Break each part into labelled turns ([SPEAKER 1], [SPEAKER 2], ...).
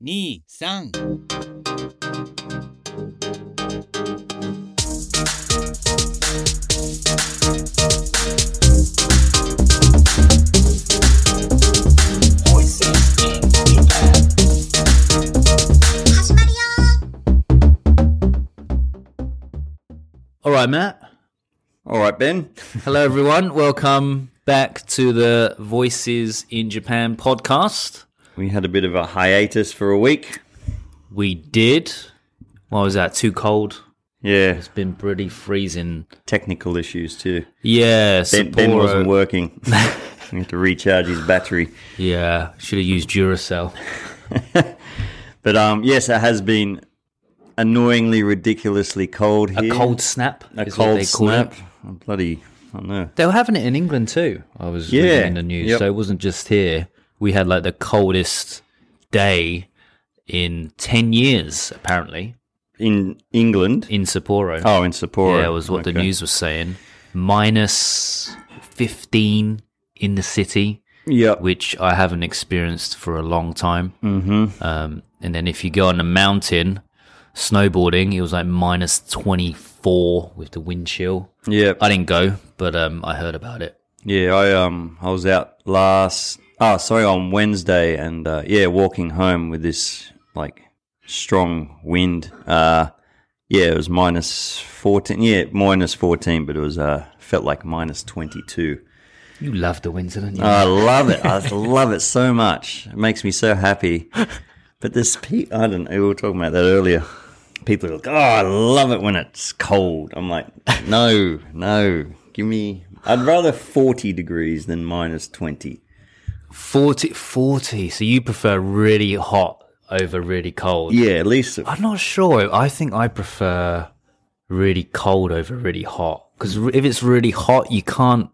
[SPEAKER 1] 123
[SPEAKER 2] 始まるよ
[SPEAKER 3] All right, Matt.
[SPEAKER 4] All right, Ben.
[SPEAKER 3] Hello, everyone. Welcome back to the Voices in Japan podcast.
[SPEAKER 4] We had a bit of a hiatus for a week.
[SPEAKER 3] We did. What was that? Too cold.
[SPEAKER 4] Yeah,
[SPEAKER 3] It's been pretty freezing.
[SPEAKER 4] technical issues too.
[SPEAKER 3] Yeah,
[SPEAKER 4] Ben, ben
[SPEAKER 3] Sapporo-
[SPEAKER 4] wasn't working. he had to recharge his battery.
[SPEAKER 3] Yeah, should have used Duracell.
[SPEAKER 4] But um, yes, it has been annoyingly, ridiculously cold
[SPEAKER 3] A
[SPEAKER 4] here.
[SPEAKER 3] cold snap.
[SPEAKER 4] a
[SPEAKER 3] is what
[SPEAKER 4] cold
[SPEAKER 3] they call it.
[SPEAKER 4] snap. A bloody, I don't know.
[SPEAKER 3] They were having it in England too. I was
[SPEAKER 4] Yeah.
[SPEAKER 3] reading in the news,
[SPEAKER 4] Yep.
[SPEAKER 3] so it wasn't just here. We had like the coldest day in ten years, apparently,
[SPEAKER 4] In England.
[SPEAKER 3] in Sapporo.
[SPEAKER 4] Oh, in Sapporo.
[SPEAKER 3] Yeah, it was what the
[SPEAKER 4] Okay.
[SPEAKER 3] news was saying. Minus 15 in the city,
[SPEAKER 4] Yep.
[SPEAKER 3] which I haven't experienced for a long time. Mm-hmm. Um, and then if you go on the mountain snowboarding, it was like minus 24 with the wind chill.
[SPEAKER 4] Yep.
[SPEAKER 3] I didn't go, but um, I heard about it.
[SPEAKER 4] Yeah, I um I was out last oh sorry on Wednesday and uh, yeah walking home with this like strong wind. Uh, yeah, it was minus fourteen. Yeah, minus fourteen, but it was uh felt like minus twenty two.
[SPEAKER 3] You love the winds, don't you?
[SPEAKER 4] I love it. I love it so much. It makes me so happy. But this pe I don't know. We were talking about that earlier. People are like, oh, I love it when it's cold. I'm like, no, no. Give me. I'd rather 40 degrees than minus 20.
[SPEAKER 3] 40, 40. So you prefer really hot over really cold.
[SPEAKER 4] Yeah, at least.
[SPEAKER 3] I'm not sure. I think I prefer really cold over really hot because if it's really hot, you can't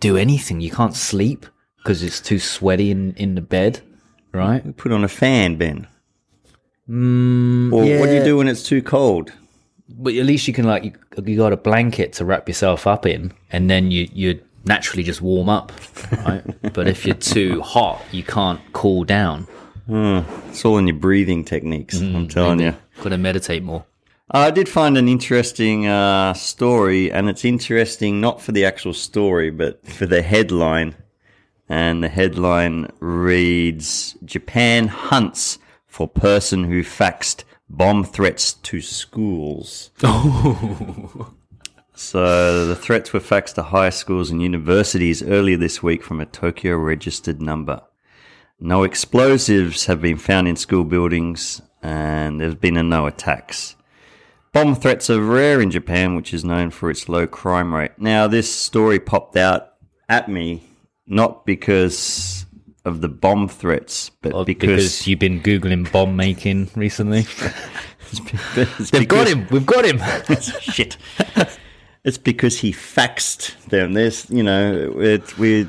[SPEAKER 3] do anything. You can't sleep because it's too sweaty in, in the bed, right?
[SPEAKER 4] Put on a fan, Ben. Mm, or what do you
[SPEAKER 3] yeah.
[SPEAKER 4] do when it's too cold?
[SPEAKER 3] But at least you can like you, you got a blanket to wrap yourself up in, and then you you naturally just warm up, right? but if you're too hot, you can't cool down.
[SPEAKER 4] It's all in your breathing techniques, I'm telling you.
[SPEAKER 3] Got to meditate more.
[SPEAKER 4] Uh, I did find an interesting uh, story, and it's interesting not for the actual story, but for the headline. And the headline reads Japan hunts for person who faxed bomb threats to schools. so the threats were faxed to high schools and universities earlier this week from a Tokyo registered number. No explosives have been found in school buildings, and there's been no attacks. Bomb threats are rare in Japan, which is known for its low crime rate. Now, this story popped out at me not because of the bomb threats, but
[SPEAKER 3] Oh, because
[SPEAKER 4] because,
[SPEAKER 3] you've been googling bomb making recently.
[SPEAKER 4] because
[SPEAKER 3] They've got him. We've got him.
[SPEAKER 4] Shit, it's because he faxed them. There's, you know, it, we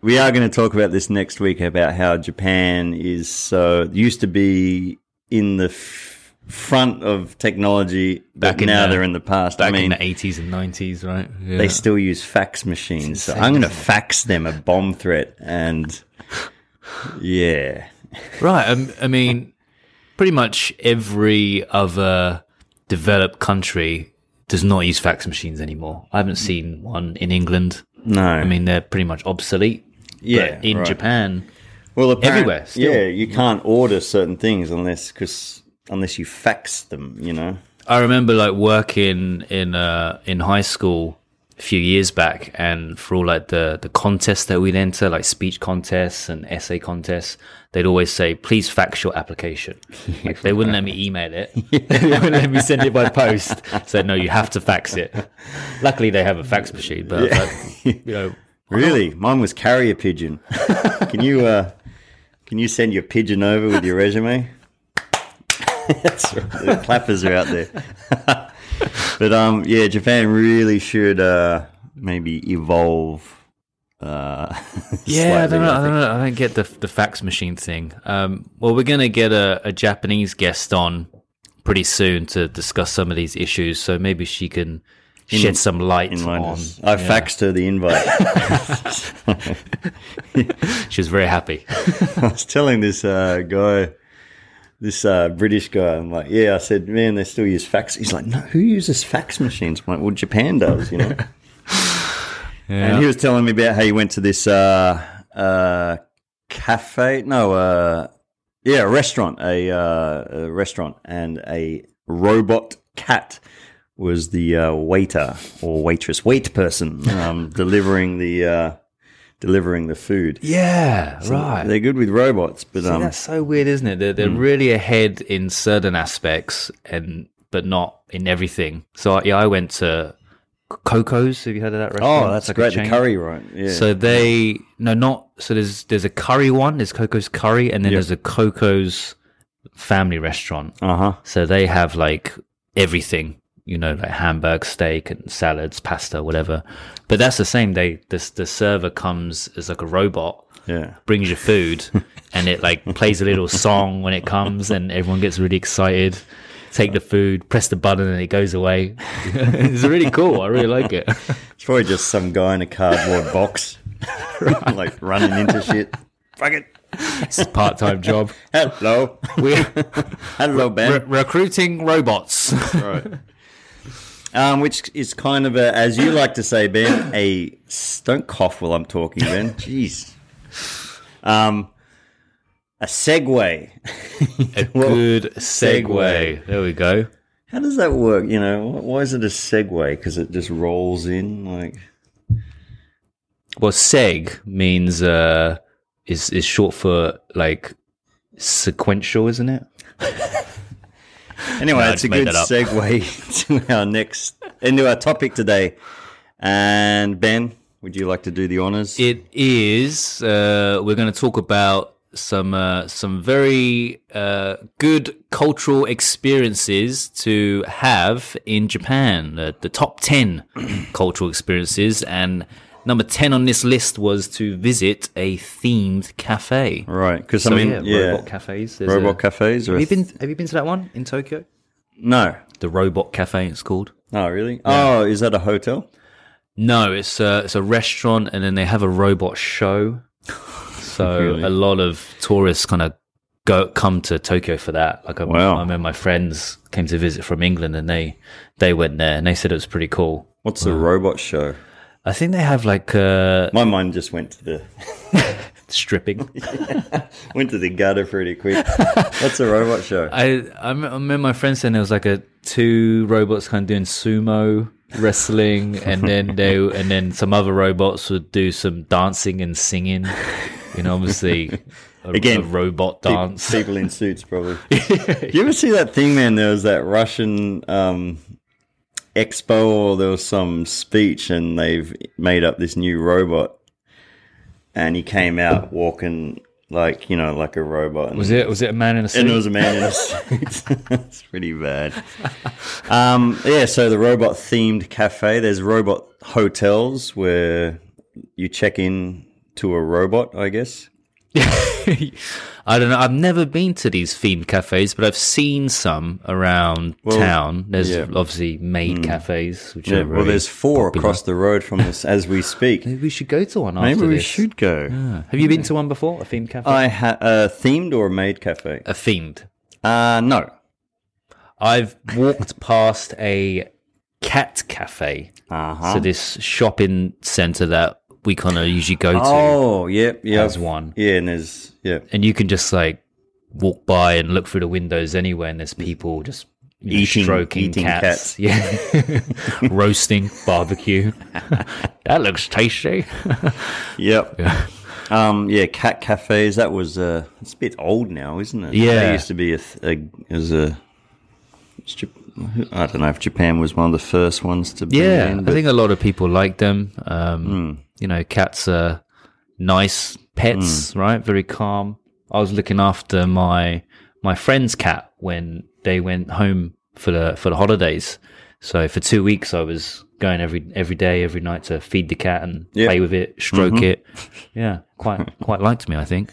[SPEAKER 4] we are going to talk about this next week about how Japan is so used to be in the f- front of technology,
[SPEAKER 3] Back
[SPEAKER 4] but
[SPEAKER 3] in
[SPEAKER 4] now
[SPEAKER 3] the-
[SPEAKER 4] they're in the past. I
[SPEAKER 3] Back
[SPEAKER 4] mean,
[SPEAKER 3] in the eighties and nineties, right? Yeah.
[SPEAKER 4] they still use fax machines. So I'm going to fax them a bomb threat. And yeah,
[SPEAKER 3] right. Um, I mean, pretty much every other developed country does not use fax machines anymore. I haven't seen one in England.
[SPEAKER 4] no.
[SPEAKER 3] I mean, they're pretty much obsolete.
[SPEAKER 4] Yeah,
[SPEAKER 3] but in
[SPEAKER 4] right.
[SPEAKER 3] Japan,
[SPEAKER 4] well, apparent-
[SPEAKER 3] everywhere, still.
[SPEAKER 4] Yeah, you can't order certain things unless cause, unless you fax them. You know.
[SPEAKER 3] I remember like working in uh in high school a few years back, and for all like the the contests that we'd enter, like speech contests and essay contests, they'd always say, "Please fax your application." Like they wouldn't let me email it; they wouldn't let me send it by post. So no, you have to fax it. Luckily, they have a fax machine, but like, you know,
[SPEAKER 4] Really, mine was carrier pigeon. can you uh, can you send your pigeon over with your resume? That's right. The clappers are out there. but um, yeah, Japan really should uh, maybe evolve. Uh,
[SPEAKER 3] Yeah, I don't,
[SPEAKER 4] slightly,
[SPEAKER 3] know,
[SPEAKER 4] I
[SPEAKER 3] I,
[SPEAKER 4] think.
[SPEAKER 3] don't know. I don't get the the fax machine thing. Um, well, we're going to get a, a Japanese guest on pretty soon to discuss some of these issues. So maybe she can shed some light on.
[SPEAKER 4] Linus. I faxed her the invite.
[SPEAKER 3] She was very happy.
[SPEAKER 4] I was telling this uh, guy this uh, British guy. I'm like, yeah. I said, man, they still use fax. He's like, no, who uses fax machines? I'm like, well, Japan does, you know. And he was telling me about how he went to this uh, uh, cafe, no, uh, yeah, a restaurant, a, uh, a restaurant, and a robot cat was the uh, waiter or waitress, wait person, um, delivering the uh, delivering the food.
[SPEAKER 3] yeah, right.
[SPEAKER 4] They're good with robots, but
[SPEAKER 3] See,
[SPEAKER 4] um, Mm.
[SPEAKER 3] that's so weird, isn't it? They're, they're really ahead in certain aspects, and but not in everything. So yeah, I went to Coco's. Have you heard of that restaurant?
[SPEAKER 4] oh, that's
[SPEAKER 3] It's like a
[SPEAKER 4] great.
[SPEAKER 3] chain.
[SPEAKER 4] The curry, right? Yeah.
[SPEAKER 3] So they no, not so. There's there's a curry one. There's Coco's curry, and then
[SPEAKER 4] Yep.
[SPEAKER 3] there's a Coco's family restaurant.
[SPEAKER 4] uh huh.
[SPEAKER 3] So they have like everything, you know, like hamburg, steak, and salads, pasta, whatever. But that's the same. They this the server comes as like a robot
[SPEAKER 4] Yeah.
[SPEAKER 3] brings your food and it like plays a little song when it comes and everyone gets really excited take the food press the button and it goes away it's really cool i really like it
[SPEAKER 4] It's probably just some guy in a cardboard box, like running into shit. Fuck it.
[SPEAKER 3] it's a part-time job
[SPEAKER 4] Hello.
[SPEAKER 3] we're
[SPEAKER 4] Hello, Ben.
[SPEAKER 3] re- recruiting robots
[SPEAKER 4] right. Um, which is kind of a, as you like to say, Ben, a s- don't cough while I'm talking, Ben. Jeez. Um, a segue.
[SPEAKER 3] a good segue.
[SPEAKER 4] segue.
[SPEAKER 3] there we go
[SPEAKER 4] How does that work? You know, wh- why is it a segue? Because it just rolls in, like
[SPEAKER 3] well seg means uh is is short for like sequential isn't it
[SPEAKER 4] Anyway,
[SPEAKER 3] I
[SPEAKER 4] it's a
[SPEAKER 3] just made
[SPEAKER 4] good
[SPEAKER 3] that up.
[SPEAKER 4] segue to our next into our topic today. And Ben, would you like to do the honors?
[SPEAKER 3] It is. Uh, we're going to talk about some uh, some very uh, good cultural experiences to have in Japan. Uh, the top ten cultural experiences, and number ten on this list was to visit a themed cafe.
[SPEAKER 4] right, because
[SPEAKER 3] So,
[SPEAKER 4] I mean, yeah,
[SPEAKER 3] robot cafes. There's
[SPEAKER 4] robot
[SPEAKER 3] a-
[SPEAKER 4] cafes. Or
[SPEAKER 3] Have you been? Have you been to that one in Tokyo?
[SPEAKER 4] No,
[SPEAKER 3] The Robot Cafe, it's called.
[SPEAKER 4] no, really. Oh, is that a hotel?
[SPEAKER 3] No, it's a it's a restaurant, and then they have a robot show. So
[SPEAKER 4] Really?
[SPEAKER 3] a lot of tourists kind of go come to Tokyo for that. Like I,
[SPEAKER 4] Wow.
[SPEAKER 3] I remember my friends came to visit from England, and they they went there, and they said it was pretty cool.
[SPEAKER 4] What's the robot show?
[SPEAKER 3] I think they have like uh,
[SPEAKER 4] My mind just went to the
[SPEAKER 3] stripping.
[SPEAKER 4] went to the gutter pretty quick. What's a robot show?
[SPEAKER 3] I I me- I remember my friend saying there was like a two robots kind of doing sumo wrestling, and then they and then some other robots would do some dancing and singing. You know, obviously. A,
[SPEAKER 4] Again,
[SPEAKER 3] a robot dance.
[SPEAKER 4] People in suits, probably. you ever see that thing, man? There was that Russian um, expo, or there was some speech, and they've made up this new robot, and he came out walking like you know, like a robot. And,
[SPEAKER 3] Was it was it a man in a
[SPEAKER 4] and
[SPEAKER 3] suit?
[SPEAKER 4] there was a man in a suit. It's pretty bad. Um, yeah, so the robot themed cafe. There's robot hotels where you check in to a robot, I guess.
[SPEAKER 3] I don't know. I've never been to these themed cafes, but I've seen some around town. There's
[SPEAKER 4] yeah. Mm.
[SPEAKER 3] obviously maid cafes, which
[SPEAKER 4] Yeah,
[SPEAKER 3] are
[SPEAKER 4] well, there's four across the road from us as we speak.
[SPEAKER 3] Maybe we should go to one.
[SPEAKER 4] Maybe
[SPEAKER 3] after
[SPEAKER 4] we
[SPEAKER 3] this.
[SPEAKER 4] should go.
[SPEAKER 3] Have you been to one before? A themed cafe?
[SPEAKER 4] I ha- uh, themed or a maid cafe?
[SPEAKER 3] a themed.
[SPEAKER 4] Uh, no.
[SPEAKER 3] I've walked past a cat cafe.
[SPEAKER 4] Uh-huh.
[SPEAKER 3] So this shopping center that we kind of usually go to
[SPEAKER 4] Oh, yep, yeah.
[SPEAKER 3] has one,
[SPEAKER 4] Yeah, and there's yeah,
[SPEAKER 3] and you can just like walk by and look through the windows anywhere, and there's people just. you know,
[SPEAKER 4] Eating-
[SPEAKER 3] stroking
[SPEAKER 4] eating
[SPEAKER 3] cats. yeah, roasting barbecue. that looks tasty.
[SPEAKER 4] yep. Um, yeah, cat cafes. That was uh, it's a bit old now, isn't it?
[SPEAKER 3] Yeah.
[SPEAKER 4] that used to be a, th- a as a. it's Jap- I don't know if Japan was one of the first ones to be
[SPEAKER 3] Yeah,
[SPEAKER 4] in,
[SPEAKER 3] I
[SPEAKER 4] but Hmm.
[SPEAKER 3] think a lot of people like them. Um, You know, cats are nice pets,
[SPEAKER 4] Hmm.
[SPEAKER 3] right? Very calm. I was looking after my my friend's cat when they went home for the for the holidays. So for two weeks, I was going every every day, every night to feed the cat and
[SPEAKER 4] Yeah. Mm-hmm.
[SPEAKER 3] play with it, stroke it. Yeah, quite quite liked me, I think.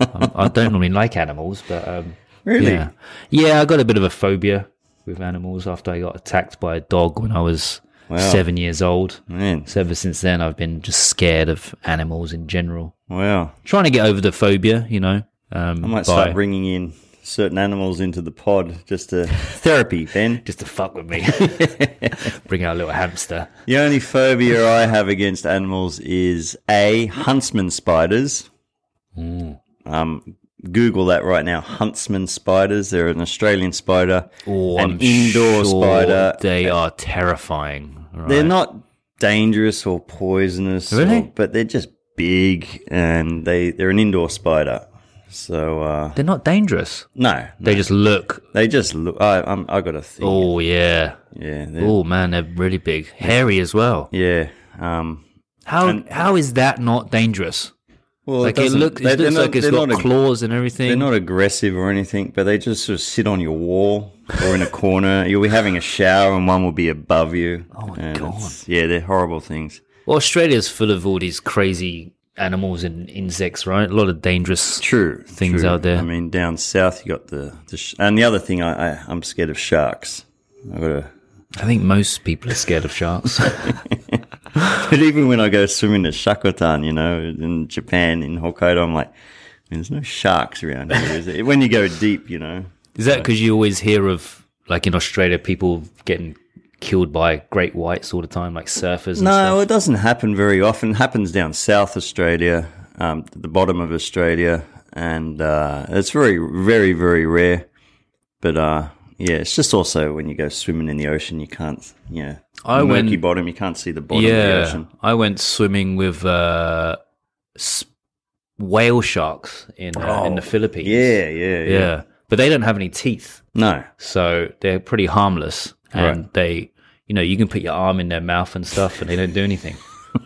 [SPEAKER 3] I, I don't normally like animals, but um,
[SPEAKER 4] Really?
[SPEAKER 3] yeah. Yeah, I got a bit of a phobia with animals after I got attacked by a dog when I was seven years old.
[SPEAKER 4] man,
[SPEAKER 3] So ever since then, I've been just scared of animals in general.
[SPEAKER 4] wow.
[SPEAKER 3] Trying to get over the phobia, you know. Um,
[SPEAKER 4] I might
[SPEAKER 3] by-
[SPEAKER 4] start bringing in certain animals into the pod just to therapy, Ben.
[SPEAKER 3] just to fuck with me. Bring out a little hamster.
[SPEAKER 4] The only phobia I have against animals is A, huntsman spiders.
[SPEAKER 3] Hmm.
[SPEAKER 4] Um, Google that right now. Huntsman spiders. They're an Australian spider,
[SPEAKER 3] Or
[SPEAKER 4] an indoor spider.
[SPEAKER 3] They are terrifying. Right?
[SPEAKER 4] They're not dangerous or poisonous, or-
[SPEAKER 3] Really?
[SPEAKER 4] but they're just big and they, they're an indoor spider. So, uh,
[SPEAKER 3] They're not dangerous.
[SPEAKER 4] no,
[SPEAKER 3] They just look.
[SPEAKER 4] they just look. I, I'm, I got a thing.
[SPEAKER 3] Oh yeah.
[SPEAKER 4] Yeah. they're-
[SPEAKER 3] Oh man, they're really big, hairy as well.
[SPEAKER 4] Yeah. Um,
[SPEAKER 3] How how is that not dangerous?
[SPEAKER 4] well,
[SPEAKER 3] Like it,
[SPEAKER 4] doesn't-
[SPEAKER 3] looks,
[SPEAKER 4] they-
[SPEAKER 3] it
[SPEAKER 4] they're
[SPEAKER 3] looks like it's
[SPEAKER 4] they're
[SPEAKER 3] got
[SPEAKER 4] not ag-
[SPEAKER 3] claws and
[SPEAKER 4] They're
[SPEAKER 3] everything.
[SPEAKER 4] not aggressive or anything, but they just sort of sit on your wall or in a corner. You'll be having a shower and one will be above you. Oh,
[SPEAKER 3] my God.
[SPEAKER 4] Yeah, they're horrible things.
[SPEAKER 3] Well, Australia's full of all these crazy animals and insects, right? A lot of dangerous.
[SPEAKER 4] True.
[SPEAKER 3] Things
[SPEAKER 4] true.
[SPEAKER 3] out there.
[SPEAKER 4] I mean, down south, you got the. the sh- and the other thing, I, I, I'm scared of sharks. I've got a,
[SPEAKER 3] I think most people are scared of sharks.
[SPEAKER 4] but even when I go swimming at Shakotan, you know, in Japan, in Hokkaido, I'm like, there's no sharks around here, is it? When you go deep, you know.
[SPEAKER 3] Is that because you always hear of, like in Australia, people getting killed by great whites all the time, like surfers? And
[SPEAKER 4] No,
[SPEAKER 3] stuff?
[SPEAKER 4] it doesn't happen very often. It happens down South Australia, um, at the bottom of Australia, and uh, it's very, very, very rare. But uh, yeah, it's just also when you go swimming in the ocean, you can't, yeah,
[SPEAKER 3] I
[SPEAKER 4] murky
[SPEAKER 3] went-
[SPEAKER 4] bottom, you can't see the bottom of the
[SPEAKER 3] yeah.
[SPEAKER 4] ocean.
[SPEAKER 3] I went swimming with uh, s- whale sharks in uh, in the Philippines.
[SPEAKER 4] Oh, Yeah, yeah, yeah.
[SPEAKER 3] yeah, but they don't have any teeth.
[SPEAKER 4] No,
[SPEAKER 3] so they're pretty harmless and they you know you can put your arm in their mouth and stuff and they don't do anything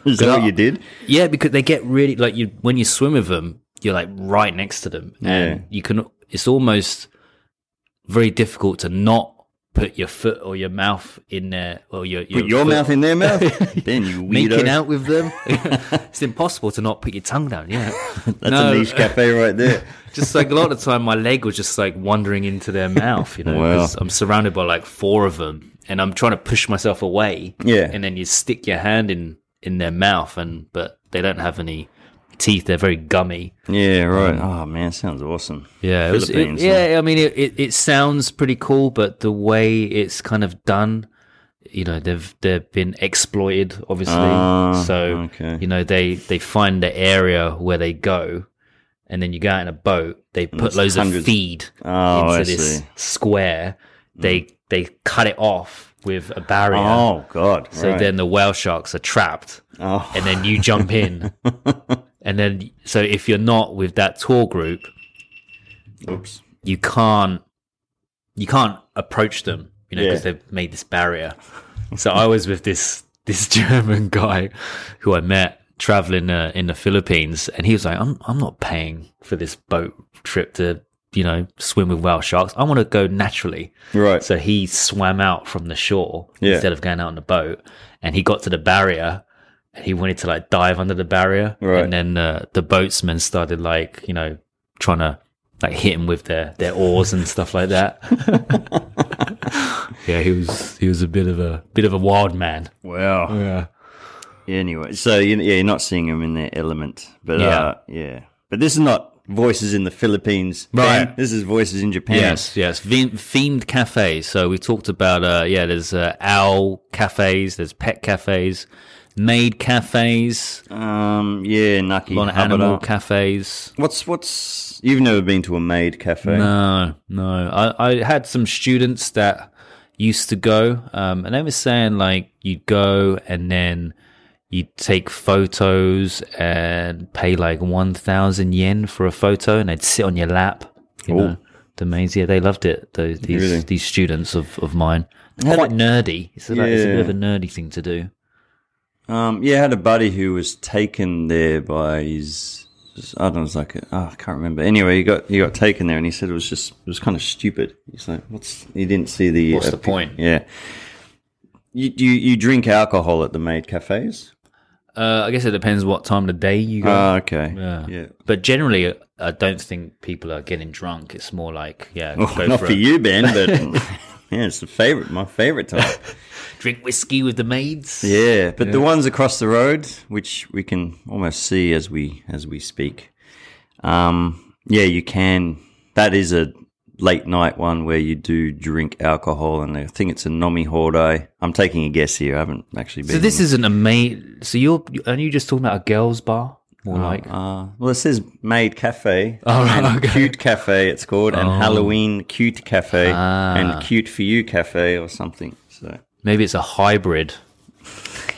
[SPEAKER 4] is that what you did?
[SPEAKER 3] yeah because they get really like you when you swim with them you're like right next to them and
[SPEAKER 4] Yeah.
[SPEAKER 3] you can it's almost very difficult to not put your foot or your mouth in there or your, your
[SPEAKER 4] Put your
[SPEAKER 3] foot
[SPEAKER 4] mouth in their mouth, Ben. You weirdo.
[SPEAKER 3] making out with them it's impossible to not put your tongue down yeah
[SPEAKER 4] That's
[SPEAKER 3] No.
[SPEAKER 4] a niche cafe right there.
[SPEAKER 3] just like a lot of the time my leg was just like wandering into their mouth you know
[SPEAKER 4] Wow.
[SPEAKER 3] 'cause i'm surrounded by like four of them and i'm trying to push myself away
[SPEAKER 4] Yeah.
[SPEAKER 3] and then you stick your hand in in their mouth and but they don't have any teeth they're very gummy
[SPEAKER 4] Yeah, right. Oh man, sounds awesome.
[SPEAKER 3] Um, yeah it was, it-
[SPEAKER 4] Philippines, huh?
[SPEAKER 3] yeah i mean it, it, it sounds pretty cool but the way it's kind of done you know they've they've been exploited obviously
[SPEAKER 4] Ah,
[SPEAKER 3] so
[SPEAKER 4] okay.
[SPEAKER 3] you know they they find the area where they go and then you go out in a boat they put
[SPEAKER 4] there's
[SPEAKER 3] loads of
[SPEAKER 4] hundreds-
[SPEAKER 3] feed
[SPEAKER 4] Oh,
[SPEAKER 3] into
[SPEAKER 4] I
[SPEAKER 3] this
[SPEAKER 4] see. Mm.
[SPEAKER 3] square they they cut it off with a barrier
[SPEAKER 4] Oh God.
[SPEAKER 3] so
[SPEAKER 4] right.
[SPEAKER 3] then the whale sharks are trapped
[SPEAKER 4] Oh.
[SPEAKER 3] and then you jump in and then so if you're not with that tour group
[SPEAKER 4] Oops.
[SPEAKER 3] you can't you can't approach them you know because
[SPEAKER 4] Yeah.
[SPEAKER 3] they've made this barrier so i was with this this german guy who i met traveling uh, in the philippines and he was like i'm i'm not paying for this boat trip to you know swim with whale sharks i want to go naturally
[SPEAKER 4] Right.
[SPEAKER 3] so he swam out from the shore
[SPEAKER 4] Yeah.
[SPEAKER 3] instead of going out on the boat, and he got to the barrier. and He wanted to like dive under the barrier,
[SPEAKER 4] Right.
[SPEAKER 3] and then uh, the boatsmen started like you know trying to like hit him with their their oars and stuff like that. yeah, he was he was a bit of a bit of a wild man.
[SPEAKER 4] Wow.
[SPEAKER 3] Yeah,
[SPEAKER 4] Anyway, so you, yeah, you're not seeing them in their element, but yeah,
[SPEAKER 3] Yeah.
[SPEAKER 4] uh, yeah. But this is not voices in the Philippines,
[SPEAKER 3] Right.
[SPEAKER 4] Ben. This is voices in Japan.
[SPEAKER 3] yes, yes. Theme- themed cafes. So we talked about uh yeah, there's uh, owl cafes, there's pet cafes, maid cafes,
[SPEAKER 4] Um. Yeah. Naki.
[SPEAKER 3] a lot of
[SPEAKER 4] Habara.
[SPEAKER 3] animal cafes.
[SPEAKER 4] What's what's? You've never been to a maid cafe.
[SPEAKER 3] No, no. I, I had some students that used to go, um, and they were saying like you'd go and then you'd take photos and pay like one thousand yen for a photo, and they'd sit on your lap. You know, the maids, yeah, they loved it. Those these
[SPEAKER 4] Really?
[SPEAKER 3] these students of of mine, They're quite nerdy. It's, like, it's a bit
[SPEAKER 4] Yeah.
[SPEAKER 3] of a nerdy thing to do.
[SPEAKER 4] Um. Yeah, I had a buddy who was taken there by his. I don't know, it's like a, oh, I can't remember. Anyway, he got he got taken there, and he said it was just it was kind of stupid. He's like, "What's?" He didn't see the.
[SPEAKER 3] What's
[SPEAKER 4] uh,
[SPEAKER 3] the
[SPEAKER 4] pic-
[SPEAKER 3] point?
[SPEAKER 4] Yeah. You, you you drink alcohol at the maid cafes?
[SPEAKER 3] Uh, I guess it depends what time of the day you go.
[SPEAKER 4] Ah, okay.
[SPEAKER 3] Yeah.
[SPEAKER 4] yeah.
[SPEAKER 3] but generally, uh, I don't think people are getting drunk. It's more like, yeah,
[SPEAKER 4] Well,
[SPEAKER 3] go
[SPEAKER 4] oh, not
[SPEAKER 3] for
[SPEAKER 4] for,
[SPEAKER 3] a-
[SPEAKER 4] you, Ben, but yeah, it's the favorite, my favorite time.
[SPEAKER 3] drink whiskey with the maids.
[SPEAKER 4] Yeah, but the ones across the road, which we can almost see as we as we speak, um, yeah, you can. That is a late night one where you do drink alcohol, and I think it's a nomi hordai. I'm taking a guess here. I haven't actually been.
[SPEAKER 3] So this isn't a mate. So you're aren't you just talking about a girls' bar? More like
[SPEAKER 4] Uh, well, it says Maid Cafe,
[SPEAKER 3] Oh, right,
[SPEAKER 4] and
[SPEAKER 3] okay. Oh.
[SPEAKER 4] Cute Cafe. It's called, and Halloween Cute Cafe,
[SPEAKER 3] Ah.
[SPEAKER 4] and Cute for You Cafe, or something. So
[SPEAKER 3] maybe it's a hybrid.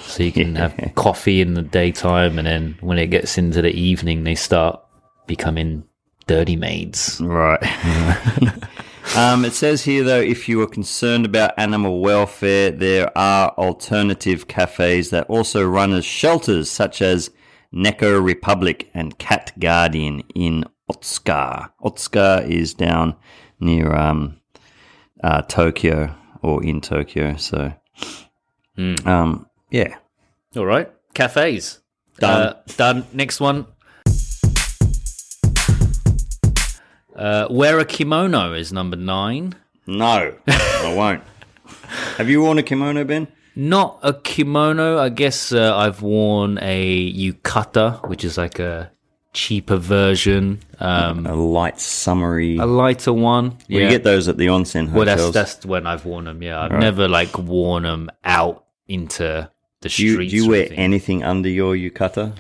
[SPEAKER 3] So you can have coffee in the daytime, and then when it gets into the evening, they start becoming dirty maids.
[SPEAKER 4] Right. um, it says here, though, if you are concerned about animal welfare, there are alternative cafes that also run as shelters, such as Neko Republic and Cat Guardian in Otskar. Otskar is down near um, uh, Tokyo or in Tokyo. So, um, yeah.
[SPEAKER 3] All right, cafes
[SPEAKER 4] Done.
[SPEAKER 3] Uh, done. Next one. Uh, wear a kimono is number nine.
[SPEAKER 4] No, I won't. Have you worn a kimono, Ben?
[SPEAKER 3] Not a kimono. I guess uh, I've worn a yukata, which is like a cheaper version, um,
[SPEAKER 4] A light summery.
[SPEAKER 3] a lighter one.
[SPEAKER 4] Well, you get those at the onsen hotels.
[SPEAKER 3] well, that's that's when I've worn them. Yeah, I've never like worn them out into the
[SPEAKER 4] Do you,
[SPEAKER 3] streets.
[SPEAKER 4] do you
[SPEAKER 3] or
[SPEAKER 4] wear
[SPEAKER 3] anything.
[SPEAKER 4] anything under your yukata?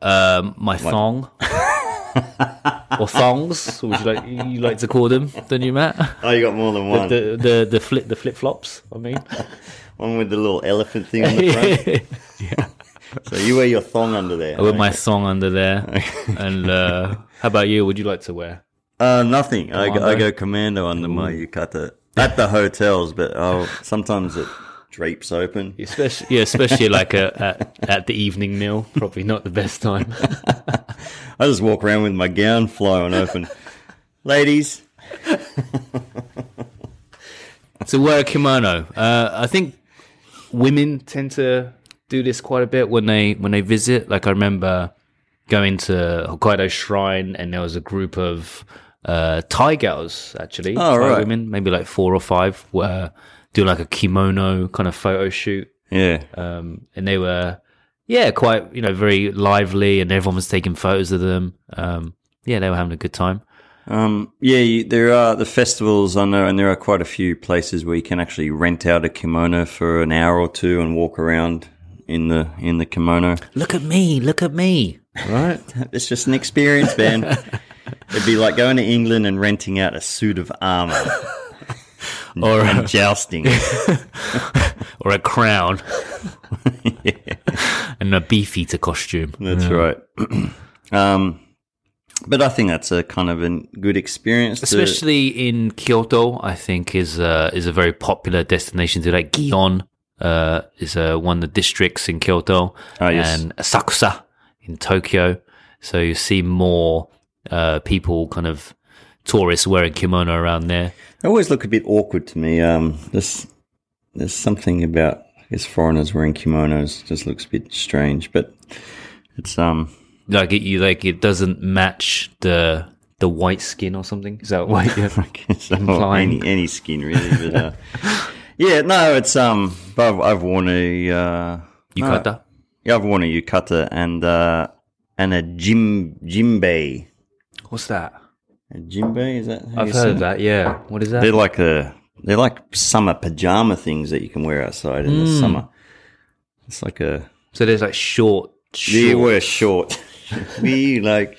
[SPEAKER 3] um, my thong or thongs? Would you like you like to call them? Don't you, Matt?
[SPEAKER 4] Oh, you got more than one.
[SPEAKER 3] the the the flip the flip flops. I mean,
[SPEAKER 4] one with the little elephant thing on the front. so you wear your thong under there. eh?
[SPEAKER 3] I wear my thong under there. and uh, how about you? Would you like to wear?
[SPEAKER 4] Uh, nothing. I, go- I
[SPEAKER 3] Commando.
[SPEAKER 4] go commando under my yukata at the hotels, but oh, sometimes it drapes open.
[SPEAKER 3] Especially, yeah, especially like a, at, at the evening meal, probably not the best time.
[SPEAKER 4] I just walk around with my gown flying open. Ladies,
[SPEAKER 3] so wear a kimono. Uh, I think women tend to do this quite a bit when they when they visit. Like I remember going to Hokkaido Shrine, and there was a group of uh, Thai girls actually,
[SPEAKER 4] Oh,
[SPEAKER 3] Thai
[SPEAKER 4] right.
[SPEAKER 3] women, maybe like four or five, were doing like a kimono kind of photo shoot.
[SPEAKER 4] yeah,
[SPEAKER 3] um, and they were yeah quite you know very lively and everyone was taking photos of them um, yeah they were having a good time
[SPEAKER 4] um, yeah. You, there are the festivals I know, and there are quite a few places where you can actually rent out a kimono for an hour or two and walk around in the in the kimono.
[SPEAKER 3] look at me look at me
[SPEAKER 4] Right. It's just an experience, man. It'd be like going to England and renting out a suit of armor
[SPEAKER 3] or
[SPEAKER 4] and jousting.
[SPEAKER 3] or a crown and a beefeater costume
[SPEAKER 4] That's right. um, but I think that's a kind of a good experience. to-
[SPEAKER 3] especially in Kyoto I think is uh, is a very popular destination to like Gion uh, is uh, one of the districts in Kyoto
[SPEAKER 4] Ah, yes.
[SPEAKER 3] and Asakusa in Tokyo so you see more uh, people kind of tourists wearing kimono around there
[SPEAKER 4] they always look a bit awkward to me. Um, this, there's something about I guess foreigners wearing kimonos just looks a bit strange, but it's um
[SPEAKER 3] like it you like it doesn't match the the white skin or something is that why you
[SPEAKER 4] I guess I want
[SPEAKER 3] Implying.
[SPEAKER 4] any any skin really. But uh, yeah, no, it's um. I've, I've worn a uh, no,
[SPEAKER 3] yukata
[SPEAKER 4] Yeah, I've worn a yukata and uh, and a jim jimbei.
[SPEAKER 3] what's that
[SPEAKER 4] A jimbei is that? how
[SPEAKER 3] i've
[SPEAKER 4] you
[SPEAKER 3] heard
[SPEAKER 4] say
[SPEAKER 3] of that yeah what is
[SPEAKER 4] it? They're
[SPEAKER 3] that
[SPEAKER 4] like a they're like summer pajama things that you can wear outside in
[SPEAKER 3] Hmm.
[SPEAKER 4] the summer. It's like a
[SPEAKER 3] so there's like short,
[SPEAKER 4] we
[SPEAKER 3] short
[SPEAKER 4] were short. we like